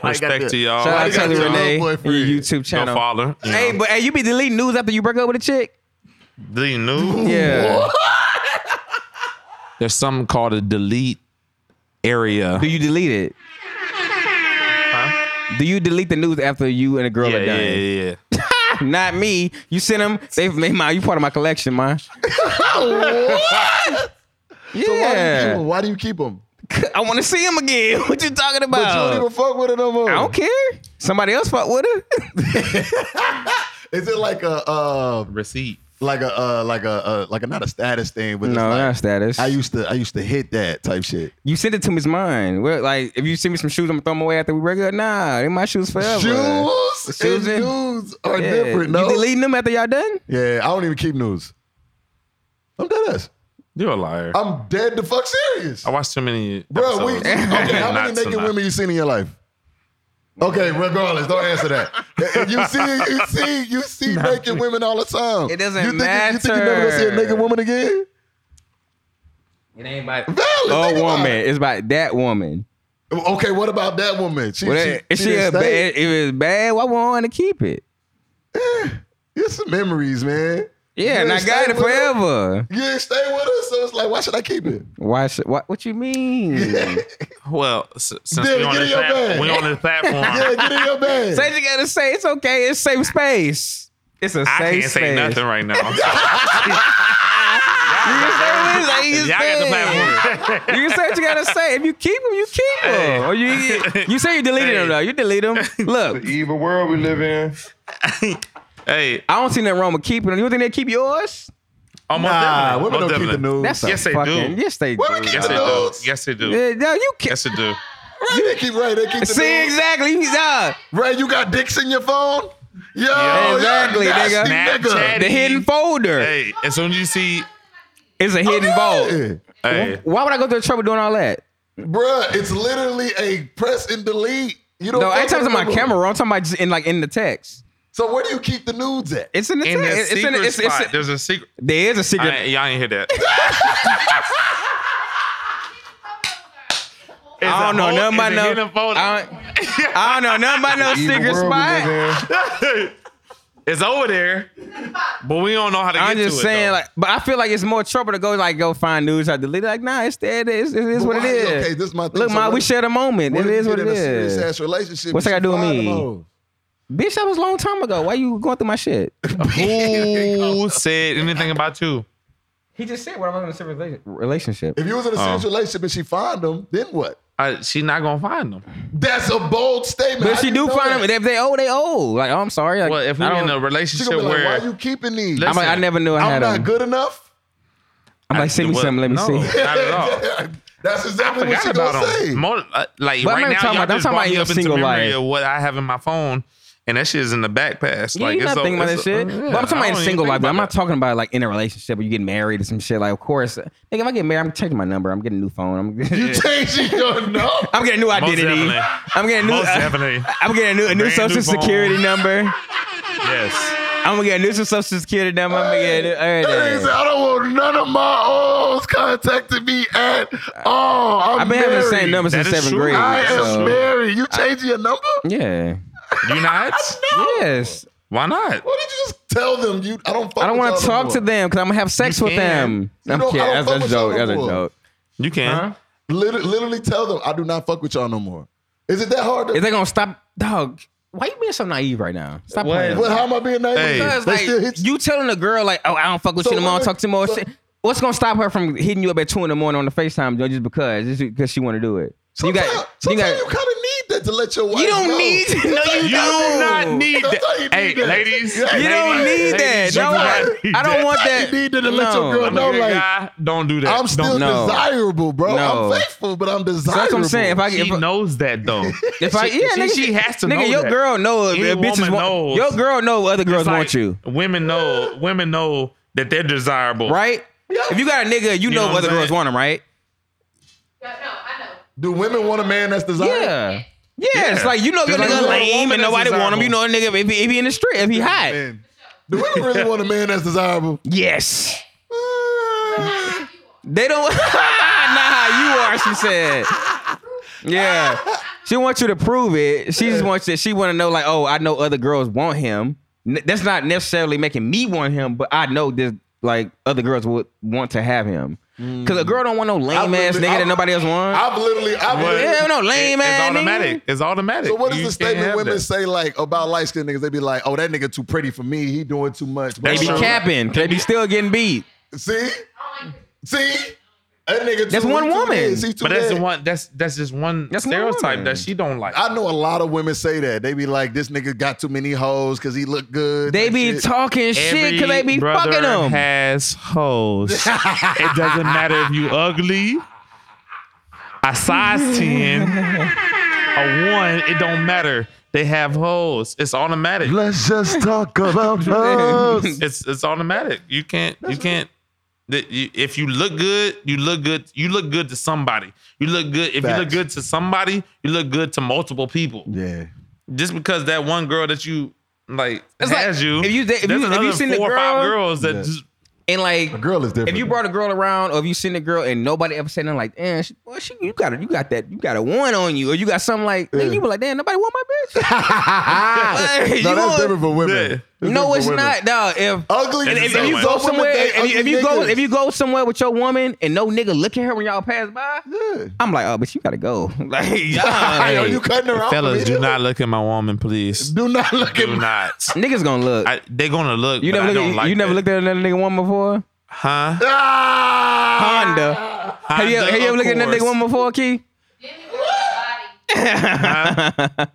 Speaker 4: Respect to y'all.
Speaker 1: Shout out
Speaker 3: got
Speaker 1: Taylor
Speaker 3: your
Speaker 1: Renee
Speaker 3: old
Speaker 1: and
Speaker 3: boyfriend.
Speaker 1: your YouTube
Speaker 4: Go
Speaker 1: channel.
Speaker 4: follow. her, you
Speaker 1: Hey,
Speaker 4: know.
Speaker 1: but hey, you be deleting news after you break up with a chick?
Speaker 4: the new.
Speaker 1: Yeah.
Speaker 4: There's something called a delete area.
Speaker 1: Do you delete it? Do you delete the news after you and a girl
Speaker 4: Yeah,
Speaker 1: are done?
Speaker 4: yeah, yeah. yeah.
Speaker 1: Not me. You sent them. They, they mine. You part of my collection, man.
Speaker 3: Why do you keep
Speaker 1: Yeah.
Speaker 3: 'em? Why do you keep them?
Speaker 1: I want to see him again. What you talking about?
Speaker 3: But you don't even fuck with it no more.
Speaker 1: I don't care. Somebody else fuck with her.
Speaker 3: Is it like a uh,
Speaker 4: receipt.
Speaker 3: like a uh, like a uh, like a not a status thing, but it's
Speaker 1: no,
Speaker 3: like,
Speaker 1: not status.
Speaker 3: I used to I used to hit that type shit.
Speaker 1: you send it to me's mine. Well, like if you send me some shoes, I'm gonna throw them away after we break up. Nah, they my shoes forever.
Speaker 3: Shoes,
Speaker 1: Shoes
Speaker 3: and
Speaker 1: and-
Speaker 3: nudes are
Speaker 1: Yeah.
Speaker 3: different. No,
Speaker 1: You deleting them after y'all done?
Speaker 3: yeah, I don't even keep nudes. I'm dead ass.
Speaker 4: You're a liar. I,
Speaker 3: I'm dead the fuck serious,
Speaker 4: watched too many.
Speaker 3: bro. We,
Speaker 4: episodes.
Speaker 3: okay, how
Speaker 4: Not
Speaker 3: many naked
Speaker 4: tonight.
Speaker 3: women you seen in your life? Okay, regardless, don't answer that. If you see, you see, you see naked women all the time.
Speaker 1: It doesn't
Speaker 3: you think, You think you never gonna see a
Speaker 1: matter.
Speaker 3: naked woman again?
Speaker 1: It ain't my
Speaker 3: Valid,
Speaker 1: a
Speaker 3: think about
Speaker 1: Oh, woman.
Speaker 3: it.
Speaker 1: It's about that woman.
Speaker 3: Okay, what about that woman? She,
Speaker 1: Well,
Speaker 3: she,
Speaker 1: that- if
Speaker 3: she
Speaker 1: she,
Speaker 3: didn't
Speaker 1: a
Speaker 3: stay?
Speaker 1: bad, if it's bad, why would I want to keep it?
Speaker 3: It's some memories, man.
Speaker 1: Yeah, and I
Speaker 3: didn't
Speaker 1: got
Speaker 3: stay
Speaker 1: it
Speaker 3: with her.
Speaker 1: forever.
Speaker 3: You didn't stay with us, so it's like, why should I keep it?
Speaker 1: Why? Should, what? What you mean?
Speaker 4: Well, s- since
Speaker 3: Dude,
Speaker 4: we on
Speaker 3: get in
Speaker 4: this
Speaker 3: your
Speaker 4: plat-
Speaker 3: bag.
Speaker 4: we on this platform,
Speaker 3: Yeah, get in your bag.
Speaker 1: Say you gotta say it's okay. It's safe space. It's a
Speaker 4: I
Speaker 1: safe
Speaker 4: can't
Speaker 1: space.
Speaker 4: say nothing right now. I'm sorry.
Speaker 1: You can say what it's like, you
Speaker 4: Y'all
Speaker 1: can
Speaker 4: got
Speaker 1: say
Speaker 4: the
Speaker 1: it.
Speaker 4: platform.
Speaker 1: You can say what you gotta say. If you keep them, you keep them.
Speaker 4: Hey.
Speaker 1: Or you you say you deleted
Speaker 4: Hey.
Speaker 1: them though. You delete them. Look,
Speaker 2: The evil world we live in.
Speaker 4: hey,
Speaker 1: I don't see nothing wrong with keeping them. You think they keep yours?
Speaker 4: almost
Speaker 3: nah,
Speaker 4: definitely.
Speaker 3: Uh, women
Speaker 4: Most
Speaker 3: don't keep the
Speaker 4: definitely.
Speaker 3: news.
Speaker 1: That's a
Speaker 4: Yes, they do.
Speaker 1: fucking, Yes, they do.
Speaker 3: Women keep
Speaker 4: Yes,
Speaker 3: the
Speaker 4: they do.
Speaker 3: news.
Speaker 4: Yes, they do.
Speaker 1: Yeah, no, you can
Speaker 4: Yes, they do.
Speaker 3: Right, they keep right. They keep the
Speaker 1: see
Speaker 3: news.
Speaker 1: exactly. uh, You- Nah,
Speaker 3: Right, you got dicks in your phone. Yo, yeah,
Speaker 1: exactly, nigga.
Speaker 4: Snapchat.
Speaker 1: the hidden folder
Speaker 4: Hey, as soon as you see,
Speaker 1: is a hidden vault.
Speaker 4: hey,
Speaker 1: Why would I go through the trouble doing all that?
Speaker 3: Bruh, it's literally a press and delete. You don't.
Speaker 1: No, I
Speaker 3: fuck
Speaker 1: ain't talking
Speaker 3: with
Speaker 1: about my
Speaker 3: them.
Speaker 1: camera. I'm talking about just in like in the text.
Speaker 3: So where do you keep the nudes at?
Speaker 1: It's in the
Speaker 4: in
Speaker 1: text.
Speaker 4: the
Speaker 1: It's
Speaker 4: secret
Speaker 1: in the- it's,
Speaker 4: spot,
Speaker 1: it's,
Speaker 4: there's a secret.
Speaker 1: there is a secret.
Speaker 4: I, y'all ain't hear that.
Speaker 1: I don't know nothing about no. I don't, I don't know nothing about no
Speaker 2: Evil
Speaker 1: secret
Speaker 2: world we
Speaker 1: spot.
Speaker 2: live in.
Speaker 4: It's over there, but we don't know how to get
Speaker 1: I'm
Speaker 4: to it.
Speaker 1: just saying,
Speaker 4: though.
Speaker 1: like, but I feel like it's more trouble to go like go find news I delete. it. Like, nah, it's there. It is, it is
Speaker 3: But
Speaker 1: what it
Speaker 3: why-
Speaker 1: is.
Speaker 3: Okay, this is my thing.
Speaker 1: Look,
Speaker 3: So
Speaker 1: ma,
Speaker 3: what
Speaker 1: we
Speaker 3: if-
Speaker 1: share the moment.
Speaker 3: What
Speaker 1: it
Speaker 3: if you
Speaker 1: is what
Speaker 3: get
Speaker 1: it
Speaker 3: in a serious
Speaker 1: is.
Speaker 3: ass relationship.
Speaker 1: What's
Speaker 3: you
Speaker 1: that gotta do with
Speaker 3: should
Speaker 1: me?
Speaker 3: find them hoes.
Speaker 1: Bitch, that was a long time ago. Why you going through my shit?
Speaker 4: Who said anything about you?
Speaker 1: he just said what about in a serious rela- relationship.
Speaker 3: If you was
Speaker 4: Oh.
Speaker 3: in a serious relationship and she find them, then what?
Speaker 4: Uh, she not gonna find them.
Speaker 3: That's a bold statement.
Speaker 1: But
Speaker 3: How
Speaker 1: if she
Speaker 3: you
Speaker 1: do
Speaker 3: know
Speaker 1: find
Speaker 3: that?
Speaker 1: them, if they old, they old. Like, oh, I'm sorry. Like,
Speaker 4: Well, if
Speaker 1: I
Speaker 4: we're in
Speaker 1: don't-
Speaker 4: a
Speaker 3: She
Speaker 4: relationship
Speaker 3: gonna be like,
Speaker 4: where
Speaker 3: why you keeping these?
Speaker 1: I'm like, I never knew I
Speaker 3: I'm
Speaker 1: had
Speaker 3: not
Speaker 1: them.
Speaker 3: good enough.
Speaker 1: I'm like, send me
Speaker 4: Well,
Speaker 1: something. Let me
Speaker 4: no,
Speaker 1: see.
Speaker 4: Not at all.
Speaker 3: That's
Speaker 4: I
Speaker 3: exactly what
Speaker 4: forgot
Speaker 3: she
Speaker 4: about
Speaker 3: gonna
Speaker 4: them.
Speaker 3: say.
Speaker 4: More, uh, like
Speaker 1: But I'm not
Speaker 4: right now,
Speaker 1: talking
Speaker 4: y'all
Speaker 1: about- I'm
Speaker 4: just
Speaker 1: talking
Speaker 4: brought
Speaker 1: about
Speaker 4: me
Speaker 1: your
Speaker 4: up into
Speaker 1: single
Speaker 4: memory
Speaker 1: life.
Speaker 4: of what I have in my phone, and that shit is in the back pass.
Speaker 1: Yeah,
Speaker 4: like,
Speaker 1: you're
Speaker 4: it's
Speaker 1: not
Speaker 4: a-
Speaker 1: thinking about that
Speaker 4: it's a-
Speaker 1: shit. but
Speaker 4: yeah,
Speaker 1: I'm talking
Speaker 4: I
Speaker 1: about in
Speaker 4: don't even
Speaker 1: single
Speaker 4: think
Speaker 1: life. but I'm
Speaker 4: about
Speaker 1: not talking about like in a relationship or you getting married or some shit. Like, of course, nigga, if I get married, I'm changing my number. I'm getting a new phone. I'm,
Speaker 3: You changing your no.
Speaker 1: I'm getting a new
Speaker 4: Most
Speaker 1: identity.
Speaker 4: definitely.
Speaker 1: I'm getting a new.
Speaker 4: Most
Speaker 1: uh,
Speaker 4: definitely.
Speaker 1: I'm getting a new, a new
Speaker 4: Brand
Speaker 1: social
Speaker 4: new phone.
Speaker 1: security number.
Speaker 4: Yes.
Speaker 1: I'm gonna get a new social security number. I'm gonna get a new.
Speaker 3: He said,
Speaker 1: everything.
Speaker 3: I don't want none of my O's contacting me at all. I'm
Speaker 1: I've been having the same
Speaker 3: married.
Speaker 1: number
Speaker 4: That
Speaker 1: since
Speaker 4: is
Speaker 1: seventh
Speaker 4: true.
Speaker 1: grade.
Speaker 3: I am
Speaker 1: so-
Speaker 3: married. You changing your number?
Speaker 1: Yeah.
Speaker 4: You not?
Speaker 1: Yes.
Speaker 4: Why not?
Speaker 3: Why did you just tell them you? I don't. Fuck
Speaker 1: I don't
Speaker 3: want
Speaker 1: want to talk to them because I'm gonna have sex
Speaker 4: You
Speaker 1: with them.
Speaker 3: You
Speaker 1: I'm
Speaker 3: don't- I
Speaker 1: kidding.
Speaker 3: don't
Speaker 1: That's
Speaker 3: fuck
Speaker 1: a
Speaker 3: with
Speaker 1: joke.
Speaker 3: y'all
Speaker 1: That's
Speaker 3: no
Speaker 1: a
Speaker 3: more.
Speaker 1: jok.
Speaker 4: You can.
Speaker 1: Huh?
Speaker 3: Literally, literally tell them I do not fuck with y'all no more. Is it that hard? To,
Speaker 1: Is they gonna stop, dog? Why you being so naive right now? Stop
Speaker 4: What?
Speaker 1: playing.
Speaker 3: well, how am I being naive?
Speaker 4: Hey.
Speaker 1: Because,
Speaker 3: they
Speaker 1: like,
Speaker 3: still hit you.
Speaker 1: you telling a girl like, "Oh, I don't fuck with
Speaker 3: So
Speaker 1: you no more. I
Speaker 3: women-
Speaker 1: don't talk to you more."
Speaker 3: so-
Speaker 1: shit. What's gonna stop her from hitting you up at two in the morning on the Facetime joint just because just because she want to do it? You
Speaker 3: Sometimes
Speaker 1: got, you
Speaker 3: sometimes
Speaker 1: got.
Speaker 3: you, kind of need that to let your wife.
Speaker 1: You don't
Speaker 3: know.
Speaker 1: need to- no,
Speaker 3: Sometimes
Speaker 1: you
Speaker 4: You do not need
Speaker 3: That's
Speaker 4: that.
Speaker 3: how you need
Speaker 4: Hey,
Speaker 3: that.
Speaker 4: ladies.
Speaker 3: You
Speaker 1: You
Speaker 4: ladies,
Speaker 1: don't need that.
Speaker 4: ladies, you
Speaker 1: No,
Speaker 4: do
Speaker 1: I,
Speaker 4: not need
Speaker 1: I don't want that.
Speaker 3: You need to let your girl
Speaker 4: I'm
Speaker 3: know,
Speaker 4: a good
Speaker 3: like-
Speaker 4: guy. Don't do that.
Speaker 3: I'm still
Speaker 4: Don't-
Speaker 1: No.
Speaker 3: desirable, bro.
Speaker 1: No.
Speaker 3: I'm faithful, but I'm
Speaker 1: So
Speaker 3: desirable.
Speaker 1: that's what I'm saying. If I
Speaker 4: She
Speaker 1: if, I-
Speaker 4: knows that though.
Speaker 1: if I
Speaker 4: she-
Speaker 1: yeah,
Speaker 4: she-
Speaker 1: nigga,
Speaker 4: she has to
Speaker 1: nigga,
Speaker 4: know
Speaker 1: your
Speaker 4: that.
Speaker 1: girl know if
Speaker 4: Any
Speaker 1: if bitches
Speaker 4: woman
Speaker 1: want
Speaker 4: knows.
Speaker 1: your girl know other girls
Speaker 4: It's like
Speaker 1: want you,
Speaker 4: Women know. Women know that they're desirable.
Speaker 1: right? If you got a nigga, you,
Speaker 4: You know
Speaker 1: know,
Speaker 4: what
Speaker 1: other
Speaker 4: I'm
Speaker 1: girls
Speaker 4: saying?
Speaker 1: want him, right?
Speaker 6: No, no, I know.
Speaker 3: do women want a man that's desirable?
Speaker 1: Yeah. Yeah, it's
Speaker 4: Yeah.
Speaker 1: like you know your
Speaker 4: Just like
Speaker 1: nigga
Speaker 4: you want a
Speaker 1: lame
Speaker 4: woman
Speaker 1: and
Speaker 4: that's
Speaker 1: nobody want him.
Speaker 4: desirable.
Speaker 1: You know a nigga if he, if he in the street, if he hot.
Speaker 3: Man. Do women really want a man that's desirable?
Speaker 1: Yes.
Speaker 3: Uh,
Speaker 6: You are.
Speaker 1: They don't. nah, you are. She said. Yeah. She wants you to prove it. She just wants it. She want to know like, oh, I know other girls want him. N- that's not necessarily making me want him, but I know this like other girls would want to have him. Cause a girl don't want no lame ass
Speaker 3: literally-
Speaker 1: nigga
Speaker 3: I-
Speaker 1: that nobody else wants.
Speaker 3: I've literally, I've
Speaker 4: But
Speaker 3: literally.
Speaker 1: Yeah, no, lame
Speaker 4: it- It's
Speaker 1: ass nigga.
Speaker 4: automatic. It's automatic.
Speaker 3: So what is
Speaker 4: You
Speaker 3: the
Speaker 4: can't
Speaker 3: statement
Speaker 4: have
Speaker 3: women
Speaker 4: that.
Speaker 3: say like about light skinned niggas? They be like, "Oh, that nigga too pretty for me. He doing too much."
Speaker 4: They
Speaker 1: They be
Speaker 4: Sure.
Speaker 1: capping. They be still getting beat.
Speaker 3: See, see, that nigga.
Speaker 1: That's
Speaker 3: too-
Speaker 1: one
Speaker 3: he too
Speaker 1: woman.
Speaker 3: bad. He too
Speaker 4: But that's
Speaker 3: bad.
Speaker 4: the one. That's that's just one
Speaker 1: That's one
Speaker 4: stereotype
Speaker 1: woman.
Speaker 4: that she don't like.
Speaker 3: I know a lot of women say that. They be like, "This nigga got too many hoes because he look good."
Speaker 1: They
Speaker 3: and
Speaker 1: be
Speaker 3: shit.
Speaker 1: talking shit because they be
Speaker 4: brother
Speaker 1: fucking them.
Speaker 4: Has hoes. it doesn't matter if you ugly, a size ten, a one. It don't matter. They have hoes. It's automatic.
Speaker 3: Let's just talk about hoes.
Speaker 4: It's it's automatic. You can't you can't. that you- If you look good, you look good. You look good to somebody. You look good. If you look
Speaker 3: Facts.
Speaker 4: good to somebody, you look good to multiple people.
Speaker 3: yeah,
Speaker 4: just because that one girl that you like
Speaker 1: It's like,
Speaker 4: has you,
Speaker 1: if you- if you-
Speaker 4: there's
Speaker 1: if you
Speaker 4: another
Speaker 1: seen the
Speaker 4: four or five
Speaker 1: girl-
Speaker 4: girls that
Speaker 3: Yeah.
Speaker 4: just
Speaker 1: And like,
Speaker 3: a girl is different.
Speaker 1: if you brought a girl around or if you seen a girl and nobody ever said nothing like, damn, she, boy, she, you got a, you got that, you got a one on you, or you got something like, nigga,
Speaker 3: Yeah.
Speaker 1: you were like, damn, nobody want my bitch. Like, you
Speaker 3: no, that's
Speaker 1: want-
Speaker 3: different for women.
Speaker 4: Yeah.
Speaker 3: That's
Speaker 1: No,
Speaker 3: different
Speaker 1: it's
Speaker 3: for women.
Speaker 1: not, dog. If
Speaker 3: Ugly.
Speaker 4: And
Speaker 3: is
Speaker 4: if
Speaker 3: the
Speaker 4: you
Speaker 3: same.
Speaker 4: go
Speaker 3: Some women
Speaker 1: somewhere,
Speaker 3: date
Speaker 1: if, you- if
Speaker 3: ugly
Speaker 1: you go,
Speaker 3: niggas.
Speaker 1: if you go somewhere with your woman and no nigga look at her when y'all pass by,
Speaker 3: Yeah.
Speaker 1: I'm like, oh, but you gotta go. Like, y'all,
Speaker 3: Hey, are you cutting her out? for
Speaker 4: fellas,
Speaker 3: me?
Speaker 4: do not look at my woman, please.
Speaker 3: Do not look at
Speaker 4: Do
Speaker 3: me.
Speaker 4: not.
Speaker 1: niggas gonna look.
Speaker 4: I, they gonna look.
Speaker 1: you
Speaker 4: but
Speaker 1: never
Speaker 4: I
Speaker 1: look.
Speaker 4: don't
Speaker 1: At,
Speaker 4: like
Speaker 1: you never
Speaker 4: that.
Speaker 1: looked at another nigga woman before.
Speaker 4: huh?
Speaker 3: Ah!
Speaker 1: Honda. Have you,
Speaker 4: Honda,
Speaker 1: have you ever
Speaker 4: of
Speaker 1: looked at another
Speaker 4: course.
Speaker 1: nigga woman before, Key?
Speaker 3: Why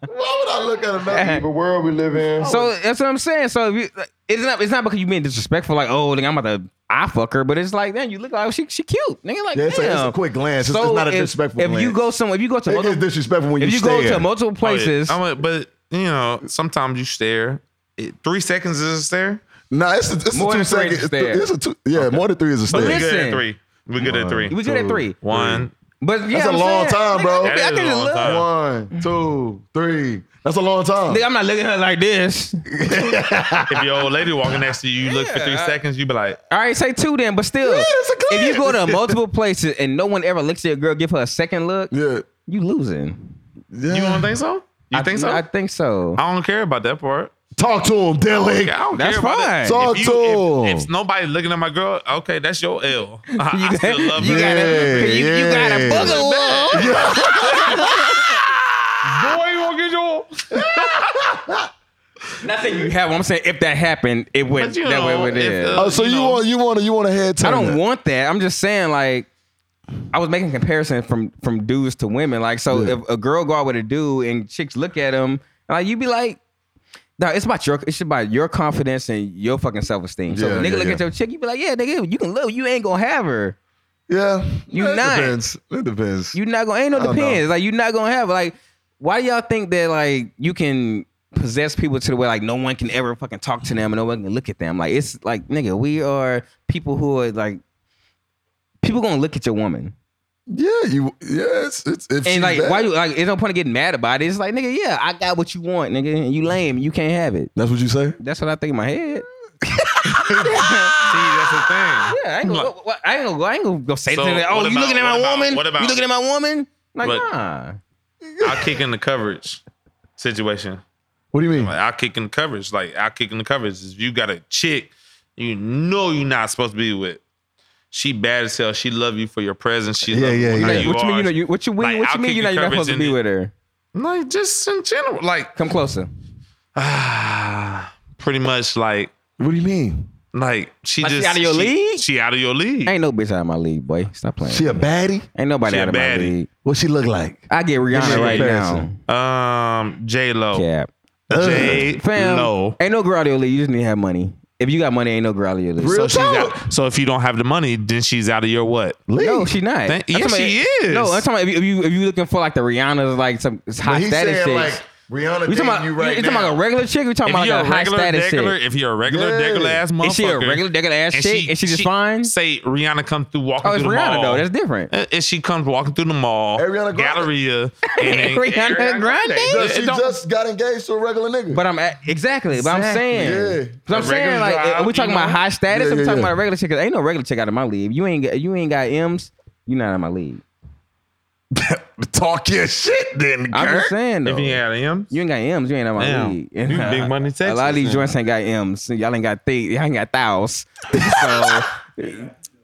Speaker 3: would I look at another?
Speaker 2: The world we live in.
Speaker 3: Oh.
Speaker 1: So that's what I'm saying. So if you, it's not it's not because you being disrespectful, like oh, nigga, I'm about to I fuck her, but it's like man, you look like she she cute, nigga. Like
Speaker 3: Yeah, it's a- it's a
Speaker 1: damn.
Speaker 3: quick glance. It's- it's not a
Speaker 1: if-
Speaker 3: disrespectul
Speaker 1: If you
Speaker 3: glance.
Speaker 1: go somewhere, if you go to
Speaker 3: It is
Speaker 1: multiple,
Speaker 3: disrespectful when you,
Speaker 1: if you
Speaker 3: stare.
Speaker 1: go to multiple
Speaker 4: Oh, yeah.
Speaker 1: places,
Speaker 4: I'm a- but you know, sometimes you stare. It, three seconds is a stare.
Speaker 3: Nah, it's a, it's
Speaker 1: More
Speaker 3: a two
Speaker 1: than three
Speaker 3: second.
Speaker 1: is
Speaker 3: It's,
Speaker 1: stare.
Speaker 3: two- it's a two. Yeah, more than three is a
Speaker 4: But
Speaker 3: stare.
Speaker 4: we good
Speaker 1: Listen.
Speaker 4: at three. We good at three.
Speaker 1: we good at three.
Speaker 4: One.
Speaker 1: But yeah,
Speaker 3: That's a
Speaker 1: I'm
Speaker 3: long
Speaker 1: saying,
Speaker 3: time,
Speaker 1: nigga,
Speaker 3: bro.
Speaker 1: I think- I
Speaker 4: That is
Speaker 1: think
Speaker 4: a
Speaker 1: it's
Speaker 4: long
Speaker 1: love.
Speaker 4: time.
Speaker 3: One, two, three. That's a long time.
Speaker 1: Nigga, I'm not looking at her like this.
Speaker 4: If your old lady walking next to you, you look for three seconds. You be like,
Speaker 1: All right, say two then, but still,
Speaker 3: it's a
Speaker 1: if you go
Speaker 3: glance.
Speaker 1: to multiple places and no one ever looks at a girl, give her a second look,
Speaker 3: yeah.
Speaker 1: you losing.
Speaker 3: yeah.
Speaker 4: you don't think so? You think so?
Speaker 1: I
Speaker 4: I,
Speaker 1: think so.
Speaker 4: don't care about that part.
Speaker 3: Talk to him,
Speaker 1: Oh
Speaker 3: Dilly.
Speaker 4: I don't
Speaker 1: That's
Speaker 4: care about that.
Speaker 1: fine.
Speaker 3: Talk
Speaker 4: if,
Speaker 3: to
Speaker 4: you, if,
Speaker 3: him.
Speaker 4: if nobody looking at my girl, okay, that's your L. I, I
Speaker 1: you
Speaker 4: still
Speaker 1: got,
Speaker 4: love
Speaker 1: you
Speaker 4: you.
Speaker 1: got
Speaker 3: Yeah,
Speaker 1: a, you, you got a
Speaker 3: yeah.
Speaker 1: boogaloo.
Speaker 4: Boy, you won't get your.
Speaker 1: Nothing you have. I'm saying if that happened, it would
Speaker 4: But you
Speaker 1: that way
Speaker 4: know,
Speaker 1: would
Speaker 4: if,
Speaker 1: end.
Speaker 4: uh,
Speaker 3: oh, so
Speaker 4: you
Speaker 3: you,
Speaker 4: know.
Speaker 3: want you want to you want a head
Speaker 1: I
Speaker 3: turn?
Speaker 1: don't want that. I'm just saying like I was making comparison from from dudes to women. Like so,
Speaker 3: Yeah.
Speaker 1: if a girl go out with a dude and chicks look at him, like you be like. No, it's about your it's about your confidence and your fucking self esteem. So
Speaker 3: Yeah,
Speaker 1: if a nigga
Speaker 3: yeah,
Speaker 1: look
Speaker 3: yeah.
Speaker 1: at your chick, you be like, yeah, nigga, you can love, you ain't gonna have her.
Speaker 3: Yeah,
Speaker 1: You
Speaker 3: it
Speaker 1: not.
Speaker 3: Depends. It depends.
Speaker 1: You not gonna ain't no
Speaker 3: don't know.
Speaker 1: depends. Like you not gonna have like why do y'all think that like you can possess people to the way like no one can ever fucking talk to them and no one can look at them? Like it's like nigga, we are people who are like people gonna look at your woman.
Speaker 3: yeah, you. Yeah, it's it's. If she's
Speaker 1: And like
Speaker 3: bad.
Speaker 1: why you like it's no point of getting mad about it. It's like nigga, yeah, I got what you want, nigga, and you lame, you can't have it.
Speaker 3: That's what you say.
Speaker 1: That's what I think in my head.
Speaker 4: See, that's the thing.
Speaker 1: Yeah, I ain't gonna, go, I ain't gonna, go, I ain't gonna go say
Speaker 4: So
Speaker 1: to them, oh,
Speaker 4: what
Speaker 1: you
Speaker 4: about-
Speaker 1: looking at
Speaker 4: what
Speaker 1: my
Speaker 4: about-
Speaker 1: woman?
Speaker 4: what about-
Speaker 1: you looking at my woman? Like,
Speaker 4: Look.
Speaker 1: nah.
Speaker 4: I'll kick in the coverage situation.
Speaker 3: What do you mean?
Speaker 4: Like, I'll kick in the coverage. Like, I'll kick in the coverage. If you got a chick you know you're not supposed to be with, she bad as hell. She love you for your presence. She
Speaker 3: Yeah,
Speaker 4: love
Speaker 3: yeah,
Speaker 4: you for
Speaker 3: yeah.
Speaker 4: how
Speaker 1: What you mean?
Speaker 4: are.
Speaker 1: You know, you, what you mean?
Speaker 4: Like,
Speaker 1: what
Speaker 4: I'll
Speaker 1: you mean?
Speaker 4: kick
Speaker 1: You're
Speaker 4: the
Speaker 1: not, you're not
Speaker 4: coverage
Speaker 1: supposed to
Speaker 4: in
Speaker 1: be
Speaker 4: it.
Speaker 1: with her.
Speaker 4: Like, just in general. Like,
Speaker 1: Come closer.
Speaker 4: pretty much like,
Speaker 3: What do you mean?
Speaker 4: like she
Speaker 1: Like, she
Speaker 4: just
Speaker 1: out of your league?
Speaker 4: She out of your league.
Speaker 1: Ain't no bitch out of my league, boy. Stop playing.
Speaker 3: She a baddie?
Speaker 1: Ain't nobody
Speaker 4: she a
Speaker 1: out of my
Speaker 4: baddie.
Speaker 1: league.
Speaker 3: What she look like?
Speaker 1: I get
Speaker 3: She
Speaker 1: Rihanna
Speaker 3: a
Speaker 1: right now.
Speaker 3: person.
Speaker 4: Um, J Lo.
Speaker 1: Cap.
Speaker 4: J
Speaker 1: Fam.
Speaker 4: Lo.
Speaker 1: Ain't no girl out of your league. You just need to have money. If you got money, ain't no girl out of your league.
Speaker 3: Real
Speaker 4: So she's
Speaker 3: talk.
Speaker 4: out. So if you don't have the money, then she's out of your what?
Speaker 3: Lee.
Speaker 1: No, she not.
Speaker 4: Thank-
Speaker 1: I'm
Speaker 4: yes,
Speaker 1: talking
Speaker 4: she
Speaker 1: about-
Speaker 4: is.
Speaker 1: No, I'm talking about if you, if you if you looking for like the Rihanna's like some high
Speaker 3: But he's
Speaker 1: status
Speaker 3: saying
Speaker 1: chicks.
Speaker 3: like Rihanna
Speaker 1: you
Speaker 3: dating
Speaker 1: talking about
Speaker 3: you right
Speaker 1: you
Speaker 3: now.
Speaker 1: talking about a regular chick? You talking
Speaker 4: If
Speaker 1: about
Speaker 4: you're
Speaker 1: like
Speaker 4: a
Speaker 1: a high
Speaker 4: regular,
Speaker 1: status
Speaker 4: degular,
Speaker 1: chick?
Speaker 4: if you're a regular,
Speaker 3: Yeah.
Speaker 4: degular ass motherfucker,
Speaker 1: Is she a regular degular ass
Speaker 4: and
Speaker 1: chick? and she just fine?
Speaker 4: Say Rihanna come through walking
Speaker 1: Oh, it's
Speaker 4: through the
Speaker 1: Rihanna
Speaker 4: mall.
Speaker 1: though. That's different.
Speaker 4: Uh, If she comes walking through the mall,
Speaker 3: Ariana Grande.
Speaker 4: Galleria, and then-
Speaker 1: Ariana Grande?
Speaker 3: Just-
Speaker 4: It
Speaker 3: she
Speaker 4: don't-
Speaker 3: just got engaged to a regular nigga.
Speaker 1: But I'm at, exactly. But I'm saying,
Speaker 3: Yeah.
Speaker 1: but I'm
Speaker 4: A
Speaker 1: saying,
Speaker 4: regular
Speaker 1: like,
Speaker 4: job,
Speaker 1: are we
Speaker 4: you
Speaker 1: talking about
Speaker 4: know?
Speaker 1: high status?
Speaker 3: Yeah,
Speaker 1: I'm
Speaker 3: yeah,
Speaker 1: talking
Speaker 3: yeah.
Speaker 1: about a regular chick. 'cause ain't no regular chick out of my league. You ain't got- you ain't got M's. You not out of my league.
Speaker 3: talk your shit then,
Speaker 1: I'm
Speaker 3: Kurt.
Speaker 1: just saying though.
Speaker 4: if you had him,
Speaker 1: You ain't got M's. You ain't out of my
Speaker 4: Damn.
Speaker 1: league.
Speaker 4: You big money
Speaker 1: A lot
Speaker 4: Texas,
Speaker 1: of these
Speaker 4: man.
Speaker 1: joints ain't got M's. Y'all ain't got thick. Y'all ain't got thous. So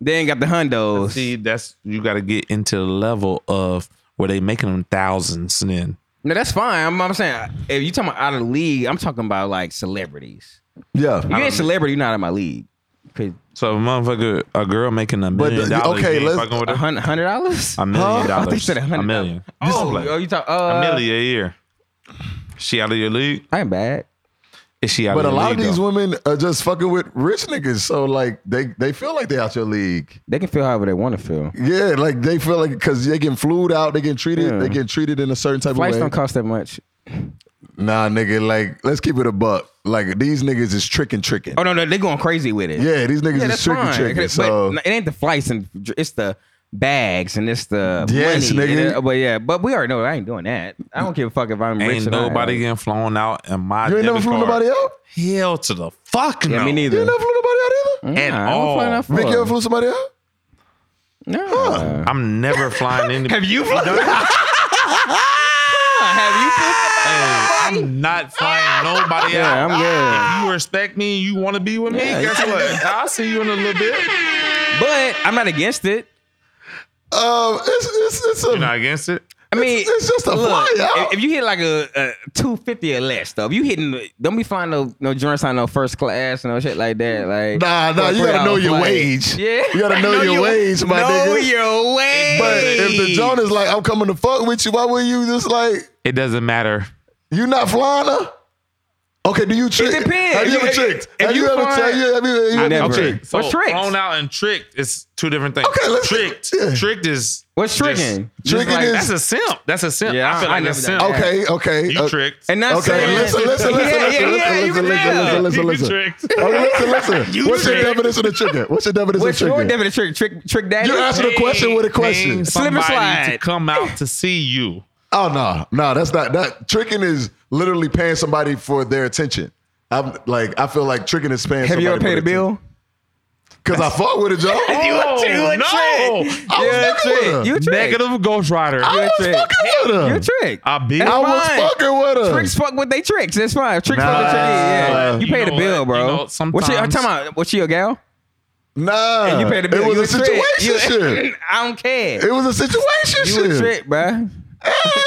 Speaker 1: They ain't got the hundos.
Speaker 4: See, that's you got to get into the level of where they making them thousands. And then
Speaker 1: No, that's fine. I'm, I'm saying if you talking about out of the league, I'm talking about like celebrities. You
Speaker 3: Yeah.
Speaker 1: ain't celebrity, you're not in my league. Cause
Speaker 4: so, a motherfucker, a girl making a
Speaker 3: But
Speaker 4: million
Speaker 3: the-
Speaker 4: dollars.
Speaker 3: okay,
Speaker 4: you
Speaker 3: let's-
Speaker 4: ain't
Speaker 3: Uh-huh.
Speaker 4: fucking with
Speaker 1: a
Speaker 4: her?
Speaker 1: hun- hundred dollars.
Speaker 4: a million
Speaker 1: I thought you
Speaker 4: dollars.
Speaker 1: said a
Speaker 4: A
Speaker 1: hundred.
Speaker 4: million.
Speaker 1: Oh,
Speaker 4: Like,
Speaker 1: oh, you talk. Uh,
Speaker 4: a million a year. She out of your league?
Speaker 1: I ain't bad.
Speaker 4: Is she out
Speaker 3: But a
Speaker 4: of your
Speaker 3: lot of
Speaker 4: league?
Speaker 3: these
Speaker 4: though?
Speaker 3: women are just fucking with rich niggas. So like they they feel like they out your league.
Speaker 1: They can feel however they want to feel.
Speaker 3: Yeah, like they feel like because they getting flued out, they getting treated,
Speaker 1: Yeah.
Speaker 3: they getting treated in a certain type
Speaker 1: Flights
Speaker 3: of way.
Speaker 1: don't cost that much.
Speaker 3: Nah, nigga, like let's keep it a buck. Like these niggas is tricking, tricking.
Speaker 1: Oh no, no, they going crazy with it.
Speaker 3: Yeah, these niggas
Speaker 1: Yeah,
Speaker 3: is
Speaker 1: that's
Speaker 3: tricking,
Speaker 1: fine.
Speaker 3: tricking.
Speaker 1: But
Speaker 3: So
Speaker 1: it ain't the flights and dr- it's the bags and it's the
Speaker 3: Yes,
Speaker 1: money.
Speaker 3: nigga.
Speaker 1: And- but yeah, but we already know I ain't doing that. I don't give a fuck if I'm rich.
Speaker 4: Ain't
Speaker 1: or not.
Speaker 4: nobody
Speaker 1: Like,
Speaker 4: getting flown out in my
Speaker 3: you ain't never
Speaker 4: debit
Speaker 3: flew
Speaker 4: card.
Speaker 3: nobody out.
Speaker 4: Hell to the fuck no.
Speaker 1: yeah, me neither.
Speaker 3: You ain't never flew nobody out either.
Speaker 4: at
Speaker 1: Nah, I don't
Speaker 4: all.
Speaker 1: fly that far.
Speaker 3: Vic, you ever flew somebody out?
Speaker 1: Nah.
Speaker 4: I'm never flying anybody. Have you flown?
Speaker 1: Have
Speaker 4: I'm not flying nobody
Speaker 1: Yeah,
Speaker 4: out.
Speaker 1: I'm good.
Speaker 4: If you respect me, you want to be with me.
Speaker 1: Yeah,
Speaker 4: guess
Speaker 1: you-
Speaker 4: what? I'll see you in a little bit.
Speaker 1: you? But I'm not against it.
Speaker 3: Um, it's it's it's a
Speaker 4: You're not against it.
Speaker 1: I mean,
Speaker 3: it's just a
Speaker 1: look,
Speaker 3: fly out.
Speaker 1: If, if you hit like a, a 250 or less, though, if you hitting, don't be flying no no joints on no first class and no shit like that. Like,
Speaker 3: Nah, nah,
Speaker 1: for a
Speaker 3: you gotta
Speaker 1: three-hour
Speaker 3: know your
Speaker 1: flight.
Speaker 3: wage.
Speaker 1: Yeah,
Speaker 3: You gotta know your wage, my
Speaker 1: know
Speaker 3: nigga.
Speaker 1: your wage.
Speaker 3: But if the Joan is like, I'm coming to fuck with you, why would you just like
Speaker 4: It doesn't matter.
Speaker 3: you not flying her? Okay, do you trick?
Speaker 1: depends.
Speaker 3: Have you
Speaker 1: If
Speaker 3: ever
Speaker 1: you-
Speaker 3: tricked?
Speaker 1: if
Speaker 3: Have you,
Speaker 1: you
Speaker 3: ever
Speaker 1: fly-
Speaker 3: tried? You, have you, you
Speaker 1: I
Speaker 3: ever
Speaker 1: never.
Speaker 3: tricked?
Speaker 1: What's tricks?
Speaker 4: Flown out and tricked is two different things.
Speaker 3: Okay, let's-
Speaker 4: tricked.
Speaker 3: yeah.
Speaker 4: Tricked is
Speaker 1: What's
Speaker 4: just-
Speaker 1: tricking? Just
Speaker 3: Tricking
Speaker 1: like-
Speaker 3: is-
Speaker 4: That's a simp. That's a simp.
Speaker 1: Yeah,
Speaker 4: I feel
Speaker 1: I- I
Speaker 4: like that's a
Speaker 1: never
Speaker 4: simp.
Speaker 1: done
Speaker 3: Okay, okay.
Speaker 4: You
Speaker 3: uh,
Speaker 4: tricked.
Speaker 1: And that's
Speaker 3: Okay,
Speaker 1: saying,
Speaker 3: listen, listen, listen,
Speaker 1: yeah, yeah,
Speaker 3: listen,
Speaker 1: yeah,
Speaker 3: listen,
Speaker 1: you
Speaker 3: listen,
Speaker 1: can
Speaker 3: listen,
Speaker 1: tell.
Speaker 3: listen, listen,
Speaker 4: You
Speaker 3: listen.
Speaker 4: tricked.
Speaker 3: Oh, listen, listen. What's your
Speaker 4: tricked.
Speaker 3: definition of tricking? What's your definition
Speaker 1: What's
Speaker 3: of
Speaker 1: your
Speaker 3: tricking?
Speaker 1: definition of trick trick daddy?
Speaker 3: You answer the question with a question.
Speaker 4: Paying
Speaker 1: Slip and
Speaker 4: somebody to
Speaker 1: slide.
Speaker 4: come out to see you.
Speaker 3: Oh no, no, that's not that. Tricking is literally paying somebody for their attention. I'm like, I feel like tricking is paying.
Speaker 1: Have you ever paid a bill?
Speaker 3: Because I fought with a Joe.
Speaker 4: Oh, no.
Speaker 3: I
Speaker 1: You're a
Speaker 3: was fucking with her.
Speaker 1: trick. You a trick.
Speaker 4: Negative Ghost Rider.
Speaker 3: I was
Speaker 1: trick.
Speaker 3: fucking with her.
Speaker 1: You're a trick.
Speaker 4: I beat.
Speaker 3: I was
Speaker 1: fine.
Speaker 3: fucking with her.
Speaker 1: Tricks fuck with they tricks. That's fine. Tricks fuck with
Speaker 3: Nah.
Speaker 1: tricks. Yeah. You,
Speaker 4: You
Speaker 1: paid
Speaker 4: know
Speaker 1: a bill,
Speaker 4: what?
Speaker 1: bro.
Speaker 4: You know,
Speaker 1: what she, I'm
Speaker 4: sometimes-
Speaker 1: talking about? Was she a gal?
Speaker 3: Nah,
Speaker 1: you paid a bill.
Speaker 3: It
Speaker 1: you
Speaker 3: was a
Speaker 1: trick. You-
Speaker 3: situation.
Speaker 1: I don't care.
Speaker 3: It was a situation.
Speaker 1: You a trick, bro.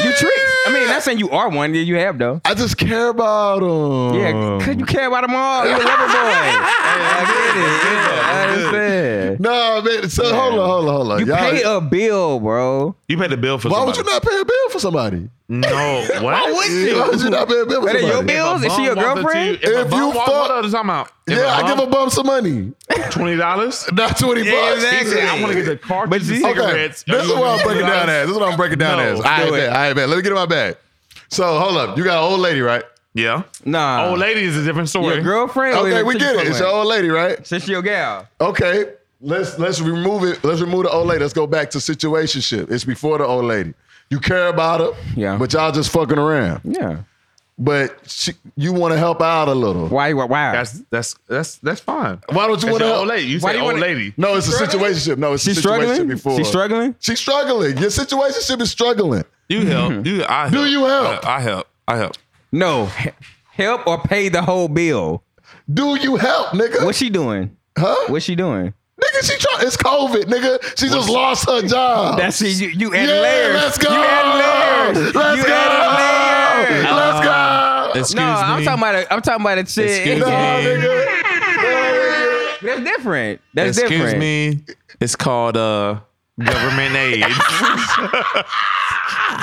Speaker 1: You tricks. I mean, not saying you are one. Yeah, you have though.
Speaker 3: I just care about them.
Speaker 1: Yeah, could you care about them all? You're a lover boy. I get it. Yeah, I understand.
Speaker 3: No, man. So hold on, hold on, hold on.
Speaker 1: You
Speaker 3: Y'all-
Speaker 1: pay a bill, bro.
Speaker 4: You paid the bill for.
Speaker 3: why would you
Speaker 4: somebody.
Speaker 3: not pay a bill for somebody?
Speaker 4: No, what? Why
Speaker 1: would you?
Speaker 3: Why would you not pay a bill for
Speaker 1: That ain't
Speaker 3: somebody?
Speaker 1: your bills? Is she your girlfriend?
Speaker 3: If you fuck-
Speaker 4: time out. If
Speaker 3: yeah,
Speaker 4: a
Speaker 3: I
Speaker 4: bum-
Speaker 3: give a bum some money,
Speaker 4: twenty dollars.
Speaker 3: not twenty bucks.
Speaker 1: exactly.
Speaker 4: I want to get the car
Speaker 1: But
Speaker 4: keys, the
Speaker 1: see-
Speaker 3: Okay,
Speaker 4: cigarettes.
Speaker 3: this is
Speaker 4: You
Speaker 3: what I'm
Speaker 4: give me
Speaker 3: breaking down
Speaker 4: $20?
Speaker 3: as. This is what I'm breaking down
Speaker 4: No,
Speaker 3: as. All right,
Speaker 1: do it.
Speaker 3: bet, all right, bet. Let me get in my bag. So hold up, you got an old lady, right?
Speaker 4: Yeah.
Speaker 3: Uh-huh.
Speaker 1: Nah.
Speaker 4: Old lady is a different
Speaker 1: Your
Speaker 4: story.
Speaker 1: girlfriend? or
Speaker 3: Okay,
Speaker 1: your
Speaker 3: we
Speaker 1: chick
Speaker 3: get it.
Speaker 1: somewhere?
Speaker 3: It's your old lady, right?
Speaker 1: Since she your gal.
Speaker 3: Okay, let's let's remove it. Let's remove the old lady. Let's go back to situationship. It's before the old lady. You care about her,
Speaker 1: Yeah.
Speaker 3: But y'all just fucking around.
Speaker 1: Yeah.
Speaker 3: But she, you want to help out a little. Why,
Speaker 1: Why? Why? Why?
Speaker 4: That's that's that's that's fine.
Speaker 3: don't you
Speaker 4: It's
Speaker 3: want to
Speaker 4: your
Speaker 3: help?
Speaker 4: old lady. You
Speaker 1: Why
Speaker 4: say
Speaker 1: do you
Speaker 4: old
Speaker 1: wanna-
Speaker 4: lady.
Speaker 3: No, it's a
Speaker 1: struggling?
Speaker 3: situationship. No, it's
Speaker 1: She's
Speaker 3: a situationship
Speaker 1: struggling.
Speaker 3: before.
Speaker 1: She's struggling.
Speaker 3: She's struggling. Your situationship is struggling.
Speaker 4: You help. You I help.
Speaker 3: Mm-hmm. Do you help?
Speaker 4: I, I help. I help.
Speaker 1: No. He- Help or pay the whole bill.
Speaker 3: Do you help, nigga?
Speaker 1: What's she doing?
Speaker 3: huh?
Speaker 1: What's she doing?
Speaker 3: nigga, she try- It's COVID, nigga. She just lost her job.
Speaker 1: That's it. You, you add
Speaker 3: yeah,
Speaker 1: layers.
Speaker 3: let's go.
Speaker 1: You add layers.
Speaker 3: Let's
Speaker 1: you
Speaker 3: go.
Speaker 1: add layers. Uh,
Speaker 3: Let's go.
Speaker 4: Excuse
Speaker 1: No, I'm talking about. A, I'm talking about a chick.
Speaker 4: Excuse
Speaker 3: Nah,
Speaker 4: me.
Speaker 3: nigga. Nah, nigga.
Speaker 1: That's different. That's
Speaker 4: Excuse
Speaker 1: different.
Speaker 4: me. It's called uh government aid.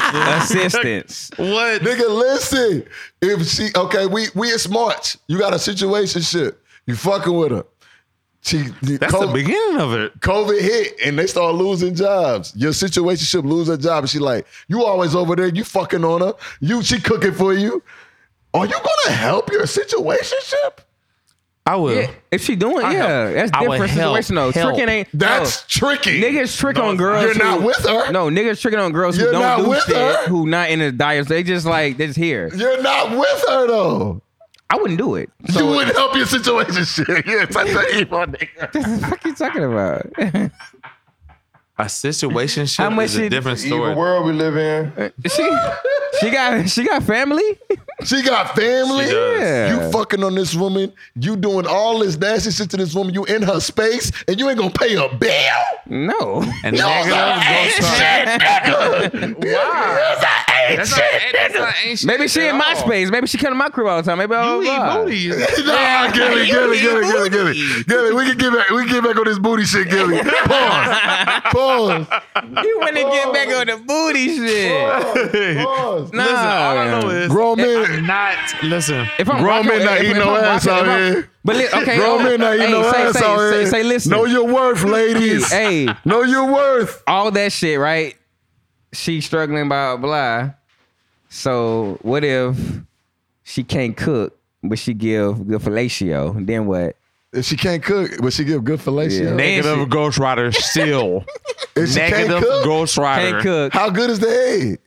Speaker 1: Assistance.
Speaker 4: what?
Speaker 3: Nigga, listen. If she okay, we we it's March. You got a situation shit. You fucking with her. She
Speaker 4: That's the beginning of it.
Speaker 3: COVID hit and they start losing jobs. Your situation should lose her job. And she like, you always over there, you fucking on her. You she cooking for you. Are you gonna help your situationship?
Speaker 4: I will.
Speaker 1: Yeah, if she doing,
Speaker 4: I
Speaker 1: yeah,
Speaker 4: help.
Speaker 1: that's
Speaker 4: I would
Speaker 1: different
Speaker 4: help.
Speaker 1: situation though.
Speaker 4: Help.
Speaker 1: Tricking ain't
Speaker 3: That's tricky.
Speaker 1: no. niggas trick on girls.
Speaker 3: You're not
Speaker 1: who-
Speaker 3: with her.
Speaker 1: No, niggas tricking on girls who
Speaker 3: You're not
Speaker 1: don't do
Speaker 3: with
Speaker 1: shit,
Speaker 3: her.
Speaker 1: who not in the diets. They just like they just here.
Speaker 3: You're not with her though.
Speaker 1: I wouldn't do it. So
Speaker 3: you wouldn't help your situationship. yeah, E. that's the evil nigga.
Speaker 1: what the fuck you talking about?
Speaker 4: A situation
Speaker 1: How much
Speaker 4: is a
Speaker 1: it-
Speaker 4: different
Speaker 2: Evil
Speaker 4: story.
Speaker 2: world we live in.
Speaker 1: she she got she got family.
Speaker 3: She got family.
Speaker 4: She does.
Speaker 1: Yeah.
Speaker 3: You fucking on this woman. You doing all this nasty shit to this woman. You in her space, and you ain't gonna pay a bill.
Speaker 1: No.
Speaker 4: And
Speaker 3: No,
Speaker 4: niggas
Speaker 3: I
Speaker 4: gonna
Speaker 3: ain't
Speaker 4: start-
Speaker 3: Wow.
Speaker 7: That's not, that's not ancient.
Speaker 1: Maybe she
Speaker 7: at
Speaker 1: in my
Speaker 7: all.
Speaker 1: space. Maybe she come to my crib all the time. Maybe oh, I'll
Speaker 7: You eat
Speaker 1: vibe.
Speaker 7: booty.
Speaker 3: Nah, Gilly, Gilly, Gilly, Gilly, Gilly, Gilly. We can get back. We can get back on this booty shit, Gilly. Pause. Pause.
Speaker 1: You want to get back on the booty shit?
Speaker 3: Pause.
Speaker 1: Nah.
Speaker 7: Listen, all I know is
Speaker 3: Grown men.
Speaker 7: not listen.
Speaker 1: If I'm
Speaker 3: Grown
Speaker 1: rocking-
Speaker 3: men not
Speaker 1: if-
Speaker 3: eating
Speaker 1: if
Speaker 3: no
Speaker 1: I'm
Speaker 3: ass
Speaker 1: rocking-
Speaker 3: out
Speaker 1: if I'm-
Speaker 3: here.
Speaker 1: But li- okay,
Speaker 3: Grown men not eating
Speaker 1: hey,
Speaker 3: no
Speaker 1: say,
Speaker 3: ass
Speaker 1: say,
Speaker 3: out
Speaker 1: say,
Speaker 3: here.
Speaker 1: say, listen.
Speaker 3: Know your worth, ladies.
Speaker 1: hey,
Speaker 3: Know your worth.
Speaker 1: all that shit, right? She struggling by blah. So what if she can't cook, but she give good fellatio? Then what?
Speaker 3: If she can't cook, but she give good fellatio.
Speaker 1: Yeah.
Speaker 7: Negative Ghost Rider still.
Speaker 3: If she
Speaker 7: Negative
Speaker 3: can't cook,
Speaker 7: Ghost Rider.
Speaker 1: Can't cook.
Speaker 3: how good is the egg?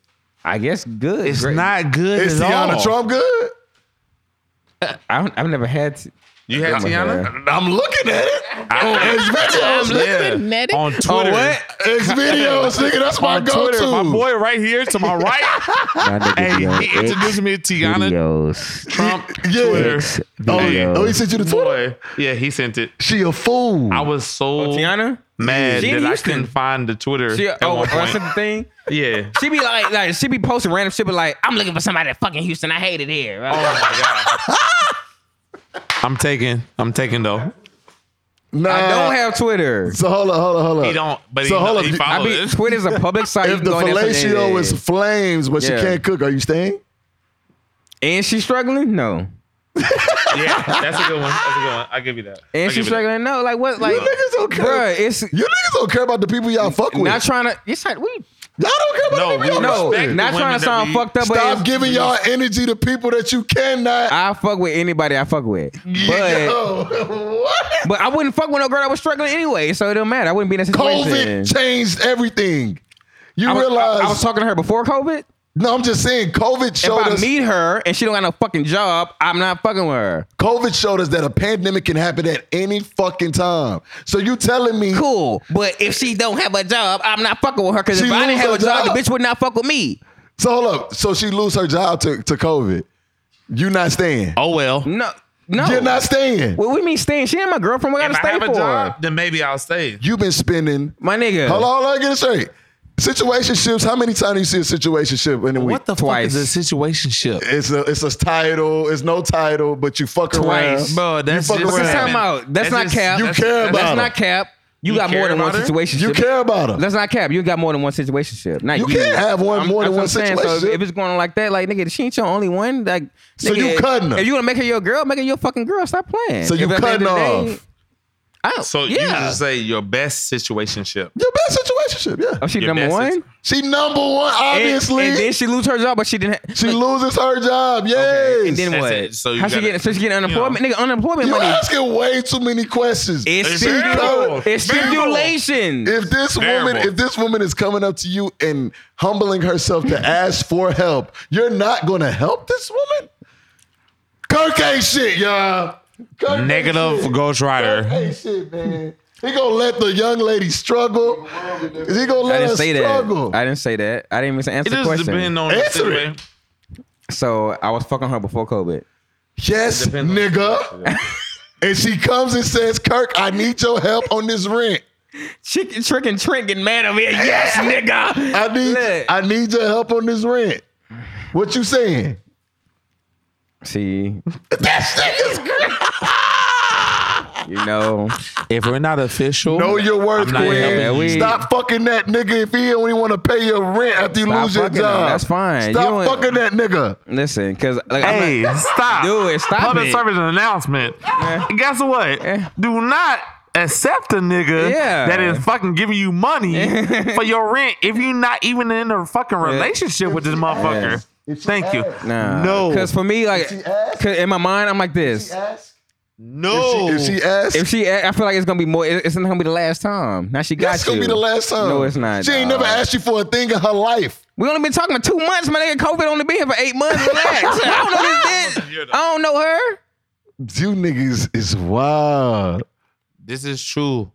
Speaker 1: I guess good.
Speaker 7: It's
Speaker 1: Great.
Speaker 7: not good
Speaker 3: Is
Speaker 7: at
Speaker 3: Tiana
Speaker 7: all.
Speaker 3: Trump good?
Speaker 1: I don't, I've never had. To,
Speaker 4: You had
Speaker 1: Give him a
Speaker 4: Tiana?
Speaker 1: hair.
Speaker 3: I'm looking at it on X videos.
Speaker 4: Yeah.
Speaker 7: on Twitter.
Speaker 3: X videos, nigga. That's my
Speaker 7: On
Speaker 3: go
Speaker 7: Twitter,
Speaker 3: to.
Speaker 7: my boy right here to my right.
Speaker 1: My nigga be on
Speaker 7: hey, he
Speaker 1: X
Speaker 7: introduced me to Tiana
Speaker 1: videos.
Speaker 7: Trump.
Speaker 3: Yeah.
Speaker 7: Twitter.
Speaker 1: X
Speaker 3: Oh,
Speaker 1: videos.
Speaker 3: oh, he sent you the Twitter.
Speaker 4: Boy. Yeah, he sent it.
Speaker 3: She a fool.
Speaker 4: I was so
Speaker 1: Oh, Tiana.
Speaker 4: mad
Speaker 1: She in
Speaker 4: that I
Speaker 1: Houston.
Speaker 4: couldn't find the Twitter.
Speaker 1: She,
Speaker 4: at
Speaker 1: oh,
Speaker 4: one
Speaker 1: oh,
Speaker 4: point.
Speaker 1: something thing.
Speaker 4: yeah.
Speaker 1: She be like, like she be posting random shit, but like, I'm looking for somebody at fucking Houston. I hate it here. Right?
Speaker 4: Oh, I'm taking. I'm taking though.
Speaker 3: nah.
Speaker 1: I don't have Twitter.
Speaker 3: So hold up, hold up, hold up.
Speaker 4: He don't. But
Speaker 3: So
Speaker 4: he,
Speaker 3: hold
Speaker 4: know-
Speaker 3: up,
Speaker 4: he
Speaker 3: you-
Speaker 1: I
Speaker 4: follows
Speaker 1: be
Speaker 4: it.
Speaker 1: Twitter's a public site. you
Speaker 3: If
Speaker 1: can
Speaker 3: the
Speaker 1: go in there and-
Speaker 3: fellatio is flames, but
Speaker 1: Yeah.
Speaker 3: she can't cook, are you staying?
Speaker 1: and she's struggling, no.
Speaker 4: Yeah, that's a good one. That's a good one. I give you that. I
Speaker 1: And
Speaker 4: give
Speaker 1: she's
Speaker 4: you that.
Speaker 1: struggling, no. Like what? Like,
Speaker 3: you niggas don't care.
Speaker 1: bruh, it's
Speaker 3: You niggas don't care about the people y'all fuck with.
Speaker 1: not trying to. It's not. We,
Speaker 3: y'all don't care about
Speaker 4: No,
Speaker 3: the people y'all
Speaker 4: we
Speaker 1: no,
Speaker 3: fuck
Speaker 4: respect
Speaker 3: with.
Speaker 1: not
Speaker 4: the
Speaker 1: trying
Speaker 4: women
Speaker 1: to
Speaker 4: that
Speaker 1: sound
Speaker 4: we-
Speaker 1: fucked up.
Speaker 3: Stop
Speaker 1: but if-
Speaker 3: giving y'all energy to people that you cannot.
Speaker 1: I fuck with anybody I fuck with, but
Speaker 3: Yo, what?
Speaker 1: but I wouldn't fuck with no girl that was struggling anyway, so it don't matter. I wouldn't be in that situation.
Speaker 3: COVID changed everything. You
Speaker 1: I was,
Speaker 3: realize?
Speaker 1: I, I was talking to her before COVID.
Speaker 3: no, I'm just saying. COVID
Speaker 1: If
Speaker 3: showed
Speaker 1: I
Speaker 3: us.
Speaker 1: meet her and she don't got no fucking job, I'm not fucking with her.
Speaker 3: COVID showed us that a pandemic can happen at any fucking time. So you telling me?
Speaker 1: Cool, but if she don't have a job, I'm not fucking with her. Because
Speaker 3: She
Speaker 1: if I didn't
Speaker 3: lose
Speaker 1: have
Speaker 3: her
Speaker 1: a job,
Speaker 3: job.
Speaker 1: the bitch would not fuck with me.
Speaker 3: So hold up. So she lose her job to, to COVID. You not staying.
Speaker 7: Oh well.
Speaker 1: No, no.
Speaker 3: You're not staying.
Speaker 1: Oh. What we mean staying? She ain't my girlfriend. What I
Speaker 4: If
Speaker 1: gotta
Speaker 4: I
Speaker 1: stay
Speaker 4: have a
Speaker 1: for?
Speaker 4: job, then maybe I'll stay.
Speaker 3: You've been spending.
Speaker 1: My nigga.
Speaker 3: Hold on, hold on. Get it straight. Situationships. How many times do you see a situationship in a week?
Speaker 7: What the
Speaker 1: Twice.
Speaker 7: fuck is a situationship?
Speaker 3: It's a it's a title. It's no title, but you fuck
Speaker 1: Twice.
Speaker 3: around.
Speaker 7: Bro, that's
Speaker 3: fuck
Speaker 7: just
Speaker 1: What's
Speaker 3: around.
Speaker 1: the time
Speaker 7: happened.
Speaker 1: out?
Speaker 7: That's
Speaker 1: That's, not
Speaker 7: just-
Speaker 1: cap.
Speaker 3: You
Speaker 1: that's,
Speaker 3: care about
Speaker 1: that's
Speaker 3: her.
Speaker 1: not cap. You,
Speaker 4: You
Speaker 1: got more
Speaker 4: care
Speaker 1: than one
Speaker 4: about her?
Speaker 1: situation.
Speaker 3: You care about her.
Speaker 1: That's not cap. You got more than one situation. Not
Speaker 3: You
Speaker 1: you,
Speaker 3: can't have one- more than one
Speaker 1: saying, So
Speaker 3: situationship.
Speaker 1: if, if it's going on like that, like nigga, she ain't your only one. Like,
Speaker 3: So
Speaker 1: nigga,
Speaker 3: you cutting her.
Speaker 1: If you want to make her your girl, make her your fucking girl. Stop playing.
Speaker 3: So you
Speaker 1: If at the end
Speaker 3: cutting
Speaker 1: of the
Speaker 3: off.
Speaker 1: I don't,
Speaker 4: So
Speaker 1: yeah.
Speaker 4: you just say your best situationship.
Speaker 3: Your best situationship. Yeah.
Speaker 1: Oh, she
Speaker 4: your
Speaker 1: number
Speaker 4: best
Speaker 1: one.
Speaker 4: situ-
Speaker 3: She number one,
Speaker 1: And-
Speaker 3: obviously.
Speaker 1: and, then she lose her job, but she didn't. Ha-
Speaker 3: She loses her job. Yes.
Speaker 1: and then
Speaker 4: That's
Speaker 1: what?
Speaker 4: it. So you
Speaker 1: How she
Speaker 4: gotta-
Speaker 1: getting? So she getting unemployment? Nigga, unemployment
Speaker 3: you
Speaker 1: money.
Speaker 3: asking way too many questions.
Speaker 1: It's
Speaker 4: It's variable.
Speaker 1: stipu- it's
Speaker 4: Variable.
Speaker 1: stipulations.
Speaker 3: if this woman,
Speaker 4: Terrible.
Speaker 3: if this woman is coming up to you and humbling herself to ask for help, you're not going to help this woman. Kirk ain't shit, y'all. Kirk ain't
Speaker 7: Negative
Speaker 3: shit.
Speaker 7: Ghost Rider.
Speaker 3: Kirk ain't shit, man. He gonna let the young lady struggle. He gonna
Speaker 1: I
Speaker 3: let her
Speaker 1: didn't say
Speaker 3: struggle.
Speaker 1: that. I didn't say that. I didn't even answer
Speaker 4: It
Speaker 1: the
Speaker 4: just
Speaker 1: question.
Speaker 4: depends on the
Speaker 3: Answer it.
Speaker 4: situation.
Speaker 1: So I was fucking her before COVID.
Speaker 3: Yes,
Speaker 4: Depends on-
Speaker 3: nigga. and she comes and says, Kirk, I need your help on this rent.
Speaker 1: Chicken, trick, and Trent getting mad over here. Yes, nigga.
Speaker 3: I need
Speaker 1: Look.
Speaker 3: I need your help on this rent. What you saying?
Speaker 1: See, you know,
Speaker 7: If we're not official,
Speaker 3: Know your worth,
Speaker 7: not
Speaker 1: helping
Speaker 3: Quinn.
Speaker 1: you.
Speaker 3: Stop fucking that nigga if he don't even want to pay your rent after you
Speaker 1: Stop
Speaker 3: lose your
Speaker 1: fucking him.
Speaker 3: job.
Speaker 1: That's fine. You
Speaker 3: Stop
Speaker 1: don't-
Speaker 3: fucking that nigga.
Speaker 1: listen, because like,
Speaker 4: Hey,
Speaker 1: I'm not,
Speaker 4: stop.
Speaker 1: do it. Stop
Speaker 4: Public
Speaker 1: it.
Speaker 4: service announcement. Guess what?
Speaker 1: Eh.
Speaker 4: Do not accept a nigga
Speaker 1: Yeah.
Speaker 4: that is fucking giving you money for your rent if you're not even in a fucking relationship with this motherfucker. Thank you.
Speaker 1: nah,
Speaker 7: No.
Speaker 1: Because for me, like,
Speaker 3: she asked?
Speaker 1: 'cause in my mind, I'm like this.
Speaker 7: no.
Speaker 3: If she asks,
Speaker 1: If she, a- I feel like it's gonna be more. it- It's not gonna be the last time. Now she got
Speaker 3: that's
Speaker 1: you.
Speaker 3: gonna be the last time.
Speaker 1: No, it's not.
Speaker 3: She ain't
Speaker 1: dog.
Speaker 3: never asked you for a thing in her life.
Speaker 1: We only been talking for two months, my nigga. COVID only been here for eight months. Relax. I don't know this bitch. I don't know her.
Speaker 3: You niggas is wild.
Speaker 4: This is true.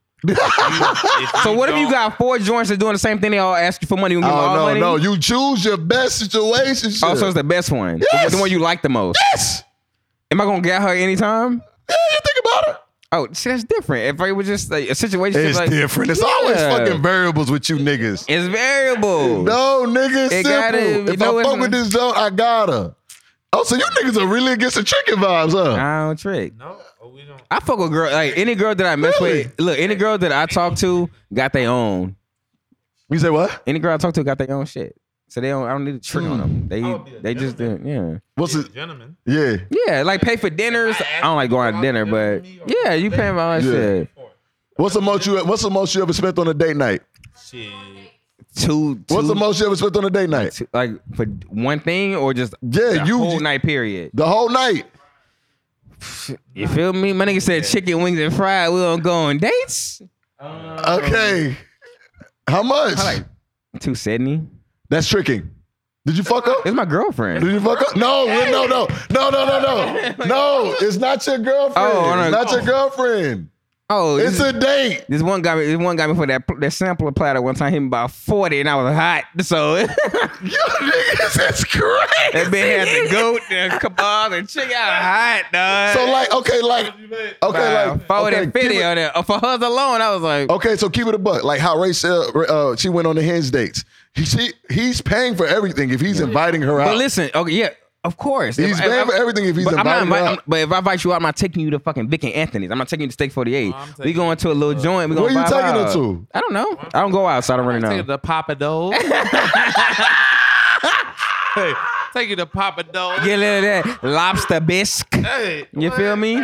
Speaker 1: So what if you
Speaker 4: don't-
Speaker 1: got four joints that's doing the same thing? They all ask you for money. You give them
Speaker 3: Oh
Speaker 1: all
Speaker 3: no,
Speaker 1: money?
Speaker 3: no. You choose your best situation. shit.
Speaker 1: Oh, so it's the best one. The-
Speaker 3: Yes.
Speaker 1: The one you like the most.
Speaker 3: yes.
Speaker 1: Am I gonna get her anytime?
Speaker 3: Yeah, you think about it.
Speaker 1: Oh, see, that's different. If it was just like, a situation,
Speaker 3: It's
Speaker 1: like,
Speaker 3: different. It's always
Speaker 1: Yeah.
Speaker 3: fucking variables with you niggas.
Speaker 1: It's variable.
Speaker 3: No, nigga, it's
Speaker 1: It
Speaker 3: simple.
Speaker 1: gotta- you
Speaker 3: if
Speaker 1: know
Speaker 3: I
Speaker 1: it's
Speaker 3: fuck
Speaker 1: an-
Speaker 3: with this zone, I gotta. Oh, so you niggas are really against the tricking vibes, huh?
Speaker 1: I don't trick.
Speaker 4: No, we don't.
Speaker 1: I fuck with girl. Like any girl that I mess
Speaker 3: Really?
Speaker 1: with. Look, any girl that I talk to got their own.
Speaker 3: You say what?
Speaker 1: Any girl I talk to got their own shit. So they don't. I don't need to trick on them. They
Speaker 4: Mm. would be a
Speaker 1: they just did. Yeah.
Speaker 3: What's it?
Speaker 4: Gentlemen.
Speaker 3: Yeah.
Speaker 1: Yeah, like pay for dinners. I don't like going out to dinner, but yeah, you paying my own
Speaker 3: Yeah.
Speaker 1: shit.
Speaker 3: What's the most you? What's the most you ever spent on a date night?
Speaker 4: Shit.
Speaker 1: Two. two
Speaker 3: What's the most you ever spent on a date night?
Speaker 1: two- like for one thing or just
Speaker 3: Yeah,
Speaker 1: the
Speaker 3: you-
Speaker 1: whole night period.
Speaker 3: The whole night.
Speaker 1: You feel me? My nigga said chicken wings and fried. We don't go on dates.
Speaker 3: Okay. How much?
Speaker 1: Two Sydney.
Speaker 3: That's tricking. Did you fuck up?
Speaker 1: It's my girlfriend.
Speaker 3: Did you fuck up? No, no, no, no, no, no, no, no. No, it's not your girlfriend.
Speaker 1: Oh, no.
Speaker 3: It's not your girlfriend.
Speaker 1: Oh,
Speaker 3: It's
Speaker 1: this,
Speaker 3: a date.
Speaker 1: this one got me. This one got me for that that sampler platter one time. Hit me about forty, and I was hot. So that
Speaker 3: You niggas, that's crazy.
Speaker 1: man had the goat, the kebab, and chicken. I was hot, dog.
Speaker 3: So like, okay, like, okay,
Speaker 1: Wow,
Speaker 3: like,
Speaker 1: forty
Speaker 3: okay, Oh,
Speaker 1: and fifty uh.
Speaker 3: keep it-
Speaker 1: on it. For hers alone, I was like,
Speaker 3: Okay, so keep it a buck. Like how Rachel, uh, she went on the hinge dates. He, she, he's paying for everything if he's inviting her out.
Speaker 1: But listen, okay, yeah, of course.
Speaker 3: He's paying for everything if he's
Speaker 1: but I'm not
Speaker 3: inviting her
Speaker 1: invite-
Speaker 3: out.
Speaker 1: I'm- But if I invite you out, I'm not taking you to fucking Vic and Anthony's. I'm not taking you to Steak 48. we going to a little joint. We
Speaker 3: Where
Speaker 1: going
Speaker 3: you taking her to?
Speaker 1: I don't know. I don't go out, so I don't really
Speaker 7: Take it
Speaker 1: know.
Speaker 7: to Papa Doe. hey, take it to Papa Doe.
Speaker 1: Get a little of that lobster bisque.
Speaker 7: Hey,
Speaker 1: You feel me?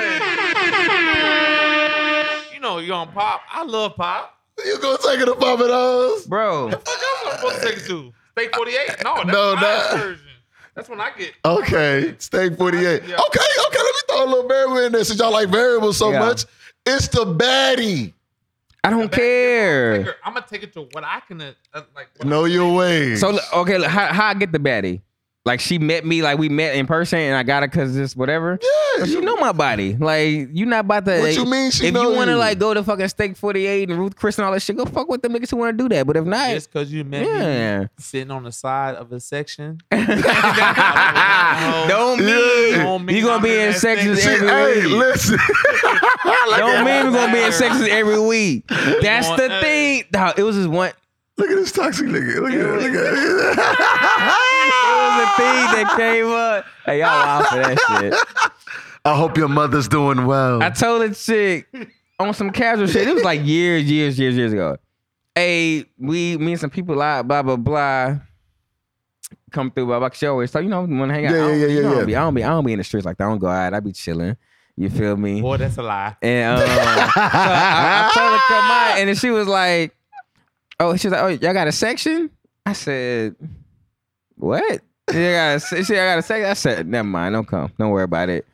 Speaker 7: you know you on Pop. I love Pop.
Speaker 3: You gonna take her to Papa Do's?
Speaker 1: Bro,
Speaker 7: What else I'm supposed to take it to? Steak 48? No, that's
Speaker 3: No,
Speaker 7: my
Speaker 3: that-
Speaker 7: version. That's when I get.
Speaker 3: Okay, stay 48. Okay, okay, let me throw a little variable in there since y'all like variables so
Speaker 1: Yeah.
Speaker 3: much. It's the baddie.
Speaker 1: I don't care.
Speaker 7: I'm gonna take it to what I can uh, uh, like. what
Speaker 3: Know your way.
Speaker 1: So look, okay, look, how, how I get the baddie? Like she met me, like we met in person, and I got her cause this whatever.
Speaker 3: yeah,
Speaker 1: But you know my body. Like you not about to.
Speaker 3: What you mean she
Speaker 1: if
Speaker 3: know
Speaker 1: you want to
Speaker 3: you?
Speaker 1: like go to fucking Steak Forty Eight and Ruth Chris and all that shit, go fuck with them niggas who want to do that. But if not,
Speaker 7: Just because you met
Speaker 1: Yeah.
Speaker 7: me sitting on the side of a section.
Speaker 1: don't mean
Speaker 7: Don't mean
Speaker 1: you gonna be
Speaker 7: I'm
Speaker 1: in
Speaker 7: in that
Speaker 1: sections
Speaker 3: She-
Speaker 1: every
Speaker 3: hey,
Speaker 1: week.
Speaker 3: listen.
Speaker 1: Don't mean we gonna be in sections every week. That's
Speaker 7: want
Speaker 1: the
Speaker 7: that.
Speaker 1: thing. Dog, It was just one.
Speaker 3: Look at this toxic nigga. Look at it. Look at it.
Speaker 1: It was a thing that came up. Hey, y'all out for that shit.
Speaker 3: I hope your mother's doing well.
Speaker 1: I told a chick on some casual shit. It was like years, years, years, years ago. Hey, we me and some people like blah blah blah. Come through, blah blah. 'cause She always so you know want to hang out.
Speaker 3: Yeah,
Speaker 1: I don't-
Speaker 3: yeah, yeah,
Speaker 1: you know, I
Speaker 3: yeah.
Speaker 1: don't be I don't be I don't be in the streets like that. I don't go out. I be chilling. You feel me?
Speaker 7: Boy, that's a lie.
Speaker 1: And um, so I, I told her come out, and then she was like, "Oh, she's like, oh, y'all got a section?" I said, "What?" She got a, se- she got a section. I said, "Never mind, don't come, don't worry about it."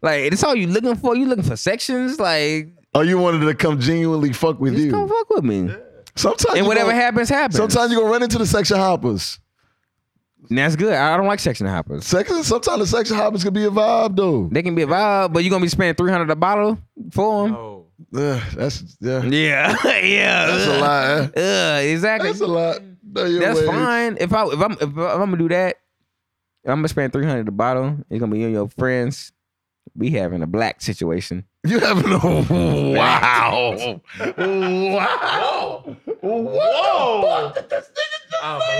Speaker 1: Like, it's all you looking for. You looking for sections? Like,
Speaker 3: oh, you wanted to come genuinely fuck with
Speaker 1: just come
Speaker 3: you.
Speaker 1: fuck with me,
Speaker 3: Sometimes
Speaker 1: and
Speaker 3: you
Speaker 1: whatever
Speaker 3: gonna-
Speaker 1: happens, happens.
Speaker 3: Sometimes you're gonna run into the section hoppers.
Speaker 1: And that's good. I don't like section hoppers.
Speaker 3: Section, sometimes the section hoppers can be a vibe though.
Speaker 1: They can be a vibe, but you gonna be spending three hundred a bottle for them.
Speaker 7: Oh,
Speaker 3: Ugh, that's yeah.
Speaker 1: Yeah, yeah.
Speaker 3: That's a lot. eh?
Speaker 1: Ugh, exactly.
Speaker 3: That's a lot. Know your
Speaker 1: That's
Speaker 3: ways.
Speaker 1: fine. If I if I'm if, I'm gonna do that, if I'm gonna spend three hundred a bottle. It's gonna be you and your friends. We having a black situation.
Speaker 3: You having a wow, wow, whoa!
Speaker 7: a Oh,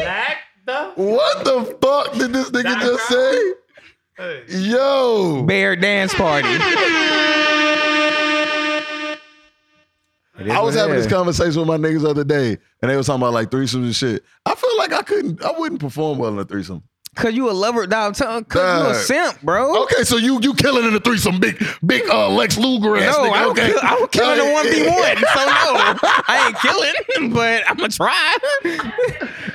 Speaker 7: black the
Speaker 3: What the fuck did this nigga just say? Yo,
Speaker 1: Bear dance party. It is
Speaker 3: I
Speaker 1: what
Speaker 3: was
Speaker 1: it
Speaker 3: having this
Speaker 1: is.
Speaker 3: conversation with my niggas the other day, and they was talking about like threesomes and shit. I feel like I couldn't, I wouldn't perform well in a threesome.
Speaker 1: Cause you a lover, dog. Tell- Cause you a
Speaker 3: Dog.
Speaker 1: simp, bro.
Speaker 3: Okay, so you you killing in a threesome, big big uh, Lex Luger ass
Speaker 1: No,
Speaker 3: nigga.
Speaker 1: I don't
Speaker 3: okay,
Speaker 1: kill, I don't kill in a
Speaker 3: Like,
Speaker 1: one v one. So no, I ain't killing, but I'm gonna try.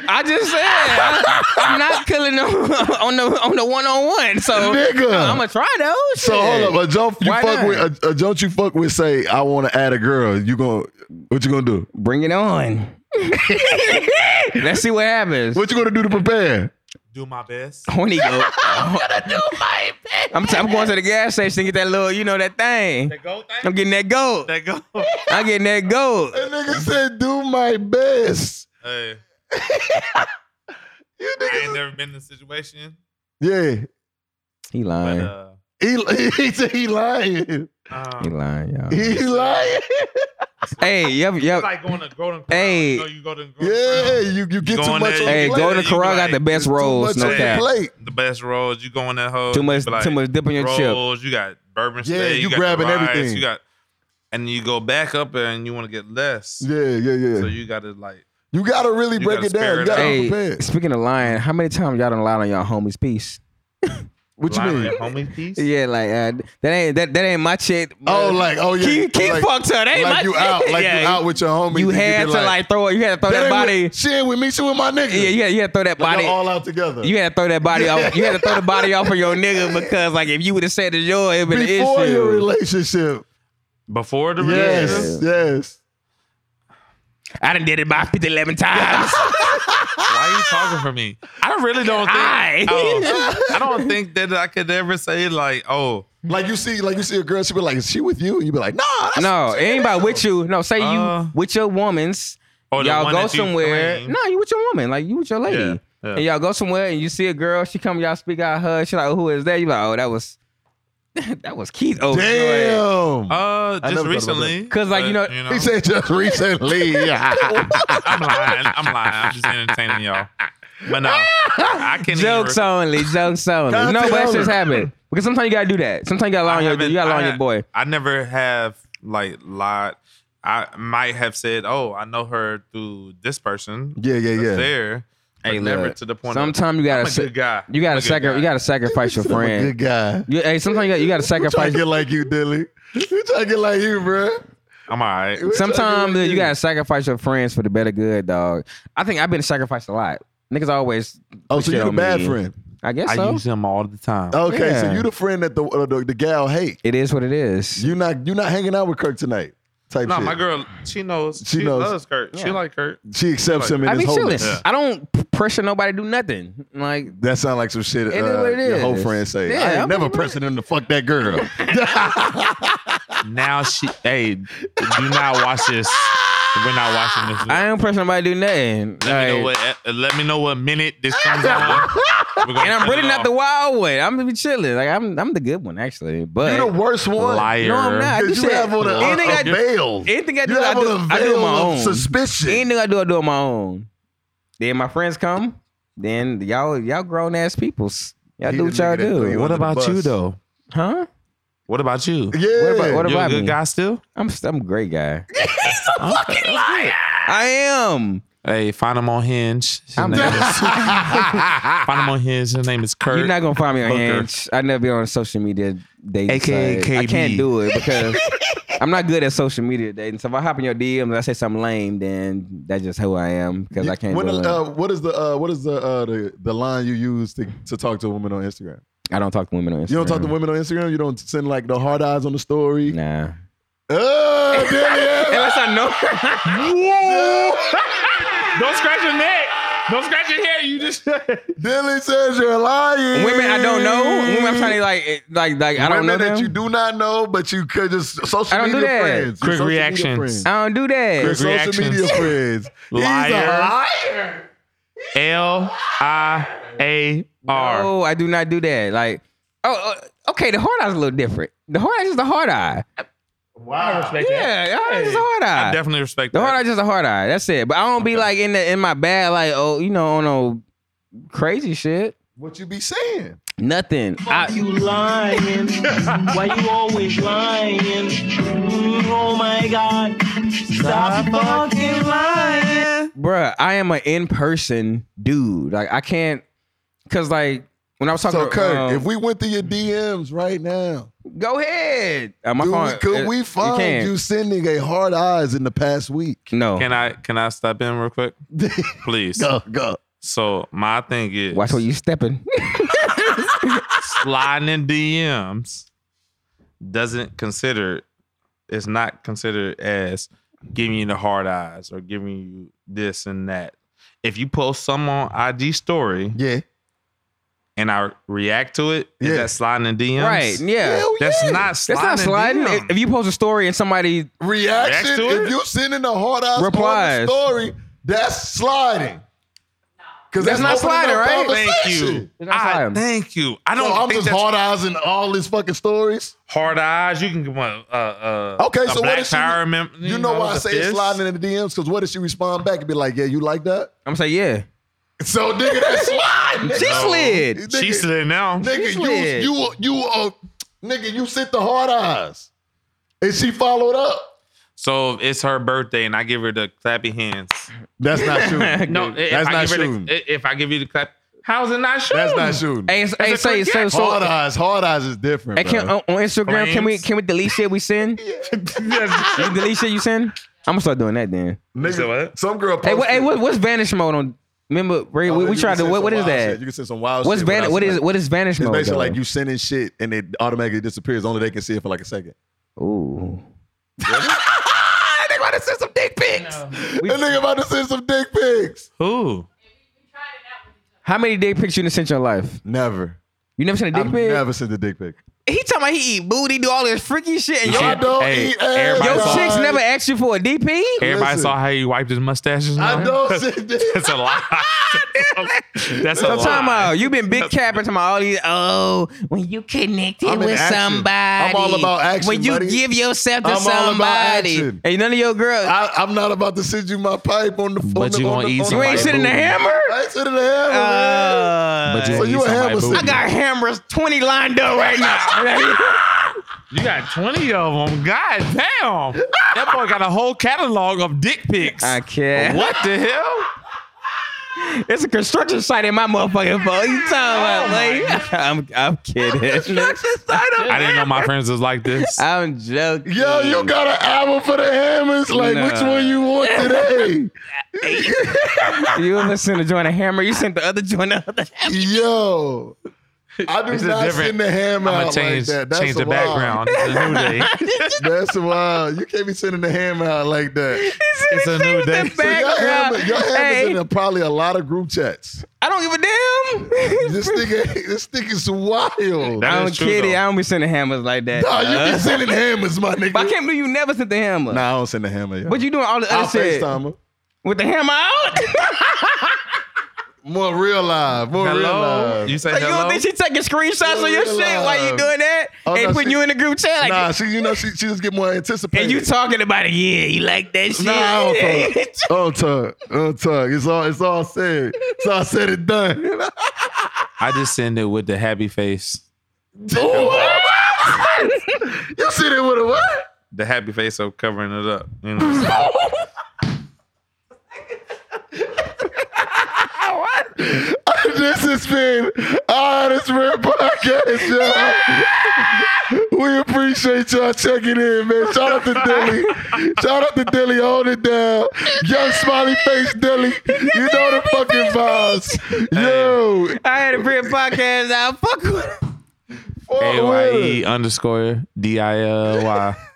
Speaker 1: I just said I, am not killing no, on the on the one on one. So
Speaker 3: Nigga.
Speaker 1: I'm gonna try though.
Speaker 3: So
Speaker 1: Shit.
Speaker 3: hold up, a don't you
Speaker 1: Why
Speaker 3: fuck
Speaker 1: not?
Speaker 3: with a, a don't you fuck with say I want to add a girl? You gonna what you gonna do?
Speaker 1: Bring it on. Let's see what happens.
Speaker 3: What you gonna do to prepare?
Speaker 7: do my best.
Speaker 1: Horny goat. I'm, t- I'm going to the gas station to get that little, you know, that thing.
Speaker 4: goat
Speaker 1: I'm getting that gold.
Speaker 4: That goat.
Speaker 1: I'm getting that gold.
Speaker 3: That nigga said, do my best.
Speaker 4: hey,
Speaker 3: You
Speaker 4: I ain't
Speaker 3: niggas.
Speaker 4: never been in a situation.
Speaker 3: Yeah.
Speaker 1: He
Speaker 4: But,
Speaker 1: lying.
Speaker 4: uh,
Speaker 3: He, he said he lying.
Speaker 1: He
Speaker 4: um,
Speaker 1: lying, y'all.
Speaker 3: He lying.
Speaker 1: Hey, yep,
Speaker 4: it's
Speaker 1: yep.
Speaker 4: like going to Golden Corral.
Speaker 1: Hey.
Speaker 4: You, know, you go to Golden
Speaker 3: Yeah,
Speaker 4: Corral,
Speaker 3: you, you get
Speaker 4: Go
Speaker 3: too
Speaker 4: on
Speaker 3: much
Speaker 4: there,
Speaker 3: on
Speaker 1: Hey,
Speaker 3: the plate.
Speaker 1: Golden Corral got the best
Speaker 3: Too
Speaker 1: rolls,
Speaker 3: much
Speaker 1: no
Speaker 3: on
Speaker 1: cap.
Speaker 3: the plate.
Speaker 4: the best rolls. You go in that hole.
Speaker 1: Too much,
Speaker 4: you be like,
Speaker 1: too much dip in your chip.
Speaker 4: rolls. You got bourbon
Speaker 3: Yeah,
Speaker 4: steak.
Speaker 3: you
Speaker 4: got the
Speaker 3: grabbing
Speaker 4: rice,
Speaker 3: everything.
Speaker 4: You got, and you go back up there and you want to get less.
Speaker 3: Yeah, yeah, yeah.
Speaker 4: So
Speaker 3: you,
Speaker 4: you got to like.
Speaker 3: gotta really
Speaker 4: you
Speaker 3: break
Speaker 4: gotta
Speaker 3: it down.
Speaker 4: spare
Speaker 3: You
Speaker 4: it
Speaker 3: gotta
Speaker 4: out.
Speaker 3: be
Speaker 1: Hey,
Speaker 3: prepared.
Speaker 1: speaking of lying, how many times y'all done lied on y'all homies' piece?
Speaker 3: What you
Speaker 4: line
Speaker 3: mean?
Speaker 4: with Homie piece.
Speaker 1: Yeah, like uh, that ain't that, that ain't my shit.
Speaker 3: Oh, like oh yeah.
Speaker 1: Keith, Keith
Speaker 3: like,
Speaker 1: fucked her. That ain't my
Speaker 3: like you
Speaker 1: shit.
Speaker 3: out, like you out with your homie.
Speaker 1: You had to like, throw it. You had to throw that,
Speaker 3: ain't
Speaker 1: body.
Speaker 3: With, she ain't with me. She with my nigga.
Speaker 1: yeah, you had, you had to throw that
Speaker 3: Like,
Speaker 1: body.
Speaker 3: y'all all out together.
Speaker 1: You had to throw that body off. You had to throw the body off of your nigga because like if you would have said it's yours, it'd been
Speaker 3: before
Speaker 1: an issue.
Speaker 3: your relationship.
Speaker 8: Before the
Speaker 3: Yes, yes.
Speaker 1: I done did it about 50, 11 times.
Speaker 4: Why are you talking for me? I really don't think.
Speaker 1: I.
Speaker 4: Oh, I don't think that I could ever say like, oh,
Speaker 3: Like you see, like you see a girl. She be like, "Is she with you?" And you be like, "Nah." that's-
Speaker 1: no, it ain't about with you. No, say
Speaker 4: Uh,
Speaker 1: you with your woman's.
Speaker 8: Oh, the
Speaker 1: y'all
Speaker 8: one
Speaker 1: go
Speaker 8: that you
Speaker 1: somewhere.
Speaker 8: claim.
Speaker 1: No, you with your woman. Like you with your lady.
Speaker 8: Yeah, yeah.
Speaker 1: And y'all go somewhere and you see a girl, she come, y'all speak out her, she like, who is that? You like, oh, that was that was Keith. Oh,
Speaker 3: Damn. I
Speaker 4: uh,
Speaker 3: never
Speaker 4: just
Speaker 3: thought about
Speaker 4: recently.
Speaker 1: Cause, like,
Speaker 4: but,
Speaker 1: you know-
Speaker 3: He said just recently.
Speaker 4: I'm lying. I'm lying. I'm just entertaining y'all. But no, I can't.
Speaker 1: Jokes only, jokes only.
Speaker 3: Content
Speaker 1: no, but that's
Speaker 3: only.
Speaker 1: just happened. Because sometimes you gotta do that. Sometimes you gotta lie on your you gotta lie on your boy.
Speaker 4: I never have like lied. I might have said, "Oh, I know her through this person."
Speaker 3: Yeah, yeah,
Speaker 4: that's
Speaker 3: yeah.
Speaker 4: There, but
Speaker 1: Hey,
Speaker 4: never
Speaker 1: look,
Speaker 4: to the point. of,
Speaker 1: Sometimes you gotta
Speaker 4: I'm a
Speaker 1: sa-
Speaker 4: good guy.
Speaker 1: you gotta
Speaker 4: I'm a good
Speaker 1: sacri-
Speaker 4: guy.
Speaker 1: you gotta sacrifice your
Speaker 3: I'm a
Speaker 1: friend.
Speaker 3: good guy.
Speaker 1: You- hey, sometimes you gotta, you gotta
Speaker 3: You trying
Speaker 1: sacrifice.
Speaker 3: to get like you, Dilly? You trying to get like you, bro?
Speaker 4: I'm all right.
Speaker 1: Sometimes you gotta sacrifice your friends for the better good, dog. I think I've been sacrificed a lot. Niggas always.
Speaker 3: Oh,
Speaker 1: put
Speaker 3: so
Speaker 1: shit
Speaker 3: you the
Speaker 1: on
Speaker 3: bad
Speaker 1: me.
Speaker 3: friend?
Speaker 1: I guess
Speaker 4: I
Speaker 1: so.
Speaker 4: use them all the time.
Speaker 3: Okay, so
Speaker 1: Yeah.
Speaker 3: you the friend that the, uh, the the gal hate.
Speaker 1: It is what it is.
Speaker 3: You not you not hanging out with Kirk tonight. Type
Speaker 4: no,
Speaker 3: shit.
Speaker 4: my girl, she knows.
Speaker 3: She
Speaker 4: She,
Speaker 3: knows.
Speaker 4: loves Kurt. She
Speaker 1: Yeah.
Speaker 4: like Kurt.
Speaker 3: She accepts him in
Speaker 1: I
Speaker 3: his
Speaker 1: be
Speaker 3: whole.
Speaker 1: chilling.
Speaker 4: Yeah.
Speaker 1: I don't p- pressure nobody to do nothing. Like
Speaker 3: That sound like some shit. Uh,
Speaker 1: It is what it
Speaker 3: Your whole
Speaker 1: is.
Speaker 3: friend say.
Speaker 1: Yeah,
Speaker 3: I ain't
Speaker 1: I'm
Speaker 3: never
Speaker 1: right.
Speaker 3: pressing him to fuck that girl.
Speaker 4: Now she, hey, do not watch this. We're not watching this.
Speaker 1: I ain't pressure nobody to do nothing.
Speaker 4: let, me know
Speaker 1: Like,
Speaker 4: what, uh, let me know what minute this comes on. We're gonna
Speaker 1: and I'm
Speaker 4: cut
Speaker 1: really
Speaker 4: it
Speaker 1: not the
Speaker 4: off.
Speaker 1: wild one. I'm gonna be chilling. Like I'm, I'm the good one actually. But
Speaker 3: you the worst one.
Speaker 4: liar.
Speaker 1: no, I'm not. I do
Speaker 3: Cause you
Speaker 1: shit-
Speaker 3: have on a, a,
Speaker 1: anything, I
Speaker 3: a
Speaker 1: do,
Speaker 3: veil.
Speaker 1: anything I do,
Speaker 3: You
Speaker 1: I
Speaker 3: have
Speaker 1: do,
Speaker 3: on a
Speaker 1: I do
Speaker 3: veil
Speaker 1: on my
Speaker 3: of
Speaker 1: own.
Speaker 3: suspicion.
Speaker 1: Anything I do, I do on my own. Then my friends come. Then y'all, y'all grown ass peoples. Y'all
Speaker 3: He
Speaker 1: do
Speaker 3: the
Speaker 1: what y'all
Speaker 3: nigga that threw
Speaker 1: do.
Speaker 3: you
Speaker 4: What
Speaker 3: under the
Speaker 4: about you
Speaker 3: bus.
Speaker 4: though?
Speaker 1: Huh?
Speaker 4: What about you?
Speaker 3: yeah.
Speaker 1: What about- what
Speaker 4: You a
Speaker 1: about
Speaker 4: good
Speaker 1: me?
Speaker 4: guy still?
Speaker 1: I'm I'm a great guy. He's a fucking liar. I am.
Speaker 4: Hey, find him on Hinge. His
Speaker 1: I'm
Speaker 4: name is, find him on Hinge. His name is Kurt.
Speaker 1: You're not gonna find me on
Speaker 4: Booker.
Speaker 1: Hinge. I never be on social media dating.
Speaker 4: AKA
Speaker 1: sites. I can't
Speaker 4: KB.
Speaker 1: do it because I'm not good at social media dating. So if I hop in your DMs and I say something lame, then that's just who I am because
Speaker 3: You-
Speaker 1: I can't
Speaker 3: when
Speaker 1: do
Speaker 3: the-
Speaker 1: it.
Speaker 3: uh, what is the uh, what is the, uh, the the line you use to, to talk to a woman on Instagram?
Speaker 1: I don't talk to women on Instagram.
Speaker 3: You don't talk to women on Instagram. You don't send like the hard eyes on the story.
Speaker 1: Nah.
Speaker 3: Oh, Dilly,
Speaker 1: Unless I know.
Speaker 4: Don't scratch your neck. Don't scratch your hair. You just
Speaker 3: Dilly says you're lying.
Speaker 1: women I don't know. Women I'm trying to like eh, like like I don't
Speaker 3: Women
Speaker 1: know
Speaker 3: that
Speaker 1: them.
Speaker 3: you do not know, but you could just social
Speaker 1: I don't do
Speaker 3: media
Speaker 1: that.
Speaker 3: friends. Your
Speaker 4: Quick
Speaker 3: social media
Speaker 4: reactions.
Speaker 3: friends.
Speaker 1: I don't do that.
Speaker 3: Your
Speaker 4: Quick
Speaker 3: social media
Speaker 4: reactions.
Speaker 3: friends. He's a
Speaker 4: Liar.
Speaker 3: liar.
Speaker 4: L I A R.
Speaker 1: Oh, I do not do that. Like, oh, oh, okay. The hard eye's a little different. The hard eye is just a hard eye. Yeah, the hard eye is just a hard eye.
Speaker 4: I definitely respect
Speaker 1: the hard eye
Speaker 4: that.
Speaker 1: is just a hard eye. That's it. But I don't be like in the in my bag like oh you know on no crazy shit.
Speaker 3: What you be saying?
Speaker 1: Nothing. I,
Speaker 9: you lying? Why you always lying? Mm, oh my God! Stop fucking lying.
Speaker 1: bruh, I am an in person dude. Like I can't, cause like when I was talking.
Speaker 3: So Kirk,
Speaker 1: um,
Speaker 3: if we went through your DMs right now,
Speaker 1: go ahead. Uh, my
Speaker 3: do we-
Speaker 1: phone-
Speaker 3: could
Speaker 1: uh,
Speaker 3: we find
Speaker 1: can't.
Speaker 3: you, sending a hard eyes in the past week?
Speaker 1: No.
Speaker 4: Can I can I step in real quick, please?
Speaker 3: Go, go.
Speaker 4: So my thing is
Speaker 1: Watch where you stepping.
Speaker 4: sliding in DMs doesn't consider it's not considered as giving you the hard eyes or giving you this and that. If you post some on IG story
Speaker 3: Yeah.
Speaker 4: and I react to it, is
Speaker 3: Yeah.
Speaker 4: that sliding in DMs?
Speaker 1: Right. Yeah.
Speaker 3: Hell
Speaker 4: That's
Speaker 3: yeah.
Speaker 4: not
Speaker 1: That's
Speaker 4: sliding.
Speaker 1: not sliding.
Speaker 4: In
Speaker 1: If
Speaker 4: DMs.
Speaker 1: if you post a story and somebody
Speaker 3: Reaction.
Speaker 4: React to
Speaker 3: If
Speaker 4: it?
Speaker 3: you sending a hard ass
Speaker 1: Replies.
Speaker 3: story, that's sliding. Because that's,
Speaker 1: That's not
Speaker 3: opening
Speaker 1: sliding,
Speaker 3: up
Speaker 1: right?
Speaker 4: Thank you.
Speaker 3: conversation.
Speaker 1: It's not
Speaker 4: I,
Speaker 1: sliding.
Speaker 4: thank you. I
Speaker 3: So
Speaker 4: don't
Speaker 3: I'm
Speaker 4: think
Speaker 3: just
Speaker 4: that's
Speaker 3: hard eyes in all these fucking stories.
Speaker 4: hard eyes. You can give one. Uh, uh,
Speaker 3: Okay,
Speaker 4: a
Speaker 3: so what
Speaker 4: Black
Speaker 3: is she?
Speaker 4: Power mem-
Speaker 3: you know why I
Speaker 4: the
Speaker 3: say it's
Speaker 4: fist.
Speaker 3: sliding in the DMs? Because what did she respond back and be like, "Yeah, you like that?"
Speaker 1: I'm saying, yeah.
Speaker 3: So nigga, that's sliding.
Speaker 1: She
Speaker 3: nigga.
Speaker 1: slid.
Speaker 3: Nigga,
Speaker 4: She's there now.
Speaker 3: Nigga,
Speaker 1: She
Speaker 3: you
Speaker 1: slid.
Speaker 3: you you uh, nigga, you sent the hard eyes, and she followed up.
Speaker 4: So it's her birthday, and I give her the clappy hands.
Speaker 3: That's not shooting.
Speaker 4: No, if
Speaker 3: That's
Speaker 4: I
Speaker 3: not
Speaker 4: give her
Speaker 3: shooting.
Speaker 4: The, if I give you the clap, how's it not shooting?
Speaker 3: That's not shooting.
Speaker 1: Hey, s- hey,
Speaker 4: a
Speaker 1: say,
Speaker 4: great
Speaker 1: say,
Speaker 4: guess.
Speaker 1: so.
Speaker 3: hard eyes, hard eyes is different.
Speaker 1: Hey, can, uh,
Speaker 3: bro.
Speaker 1: on, on Instagram, can we
Speaker 4: Flames.
Speaker 1: can we delete shit we send? Can you delete shit you send? I'm gonna start doing that then.
Speaker 3: Nigga,
Speaker 4: said what?
Speaker 3: Some girl.
Speaker 1: Hey, what,
Speaker 3: posted-
Speaker 1: hey, what, what's vanish mode on? Remember, Ray,
Speaker 3: Oh,
Speaker 1: we, we
Speaker 3: you
Speaker 1: tried
Speaker 3: can
Speaker 1: to.
Speaker 3: send
Speaker 1: What, what
Speaker 3: some
Speaker 1: is
Speaker 3: wild
Speaker 1: that?
Speaker 3: shit. You can send some wild
Speaker 1: What's
Speaker 3: shit. without
Speaker 1: van, what is
Speaker 3: saying-
Speaker 1: what is vanish
Speaker 3: It's
Speaker 1: mode?
Speaker 3: basically
Speaker 1: though?
Speaker 3: like you sending shit and it automatically disappears. Only they can see it for like a second.
Speaker 1: Ooh.
Speaker 3: they about to send some dick pics. That nigga about to send some dick pics.
Speaker 4: Who?
Speaker 1: How many dick pics you done sent in your life?
Speaker 3: Never.
Speaker 1: You never sent a dick
Speaker 3: I've
Speaker 1: pic?
Speaker 3: never sent a dick pic.
Speaker 1: He talking about he eat booty, do all this freaky shit, and
Speaker 3: I
Speaker 1: your,
Speaker 4: shit.
Speaker 3: don't
Speaker 4: Hey,
Speaker 3: eat ass.
Speaker 4: everybody
Speaker 1: your
Speaker 4: That's
Speaker 1: chicks never asked you for a DP?
Speaker 4: Everybody
Speaker 3: Listen.
Speaker 4: saw how he wiped his mustaches.
Speaker 3: I don't send dick.
Speaker 4: That's a lie. That's a
Speaker 1: So time
Speaker 4: lie.
Speaker 1: out. You been big capping talking about all these. Oh, when you connected
Speaker 3: I'm in
Speaker 1: with
Speaker 3: action.
Speaker 1: somebody,
Speaker 3: I'm all about action,
Speaker 1: When you
Speaker 3: buddy.
Speaker 1: give yourself to
Speaker 3: I'm all about
Speaker 1: somebody,
Speaker 3: action.
Speaker 1: and none of your girls,
Speaker 3: I, I'm not about to send you my pipe on the phone.
Speaker 4: But you
Speaker 3: on
Speaker 4: gonna
Speaker 3: the,
Speaker 4: eat
Speaker 3: on the-
Speaker 1: you ain't
Speaker 4: somebody
Speaker 1: sitting the
Speaker 4: booty.
Speaker 1: hammer.
Speaker 3: I ain't sitting there. man.
Speaker 1: Uh,
Speaker 4: But you
Speaker 3: So
Speaker 4: ain't
Speaker 3: you a
Speaker 4: somebody
Speaker 3: hammer
Speaker 4: booty.
Speaker 1: I got hammers twenty lined up right now.
Speaker 4: You got 20 of them. God damn. That boy got a whole catalog of dick pics.
Speaker 1: I can't.
Speaker 4: What the hell?
Speaker 1: It's a construction site in my motherfucking phone. You talking
Speaker 3: Oh
Speaker 1: about? like, I'm, I'm kidding. Construction
Speaker 4: I
Speaker 1: site.
Speaker 4: didn't know my friends was like this.
Speaker 1: I'm joking.
Speaker 3: Yo, you got an album for the hammers? Like, which
Speaker 1: Nah.
Speaker 3: one you want today?
Speaker 1: You ever sent a joint a hammer? You sent the other joint the other.
Speaker 3: Yo, I do
Speaker 4: This is
Speaker 3: not
Speaker 4: different.
Speaker 3: send the ham
Speaker 4: I'm
Speaker 3: out
Speaker 4: gonna change,
Speaker 3: like that. That's
Speaker 4: change the
Speaker 3: wild.
Speaker 4: background. It's a new day.
Speaker 3: That's wild. You can't be sending the ham out like that.
Speaker 1: It's
Speaker 4: a new day.
Speaker 1: The
Speaker 3: So your ham,
Speaker 1: background.
Speaker 3: your ham
Speaker 1: Hey,
Speaker 3: is in a, probably a lot of group chats.
Speaker 1: I don't give a damn.
Speaker 3: This nigga, this nigga's wild.
Speaker 4: That
Speaker 1: I
Speaker 4: is
Speaker 1: don't
Speaker 4: true,
Speaker 1: kid it.
Speaker 4: though.
Speaker 1: I don't be sending hammers like that.
Speaker 3: Nah, you
Speaker 1: Uh,
Speaker 3: be sending hammers, my nigga.
Speaker 1: but I can't believe you never sent the hammer.
Speaker 3: Nah, I don't send the hammer. Yo.
Speaker 1: But you doing all the
Speaker 3: I'll
Speaker 1: other shit
Speaker 3: FaceTime her.
Speaker 1: with the hammer out.
Speaker 3: More real live. More real
Speaker 4: Hello?
Speaker 3: live.
Speaker 4: You say
Speaker 1: Like, you
Speaker 4: hello?
Speaker 1: don't think she taking screenshots
Speaker 3: Yeah,
Speaker 1: of your
Speaker 3: real
Speaker 1: shit while you
Speaker 3: life.
Speaker 1: doing that
Speaker 3: Oh,
Speaker 1: and
Speaker 3: no,
Speaker 1: putting
Speaker 3: she-
Speaker 1: you in the group chat? Like,
Speaker 3: nah, she, you know, she, she just get more anticipated.
Speaker 1: and you talking about it? Yeah, you like that shit?
Speaker 3: Nah, I don't talk. I don't talk. I don't talk. It's all, it's all said. It's all said and done.
Speaker 4: I just send it with the happy face.
Speaker 3: You sit there with a what?
Speaker 4: The happy face of covering it up. You know what I'm saying?
Speaker 3: This has been Honest Real Podcast, y'all. We appreciate y'all checking in, man. Shout out to Dilly. Shout out to Dilly. Hold it down. Young smiley face Dilly. You know the fucking vibes. Yo.
Speaker 1: I had a friend podcast. I fuck with.
Speaker 4: E.
Speaker 3: fuck with it.
Speaker 4: A-Y-E underscore D-I-L-Y.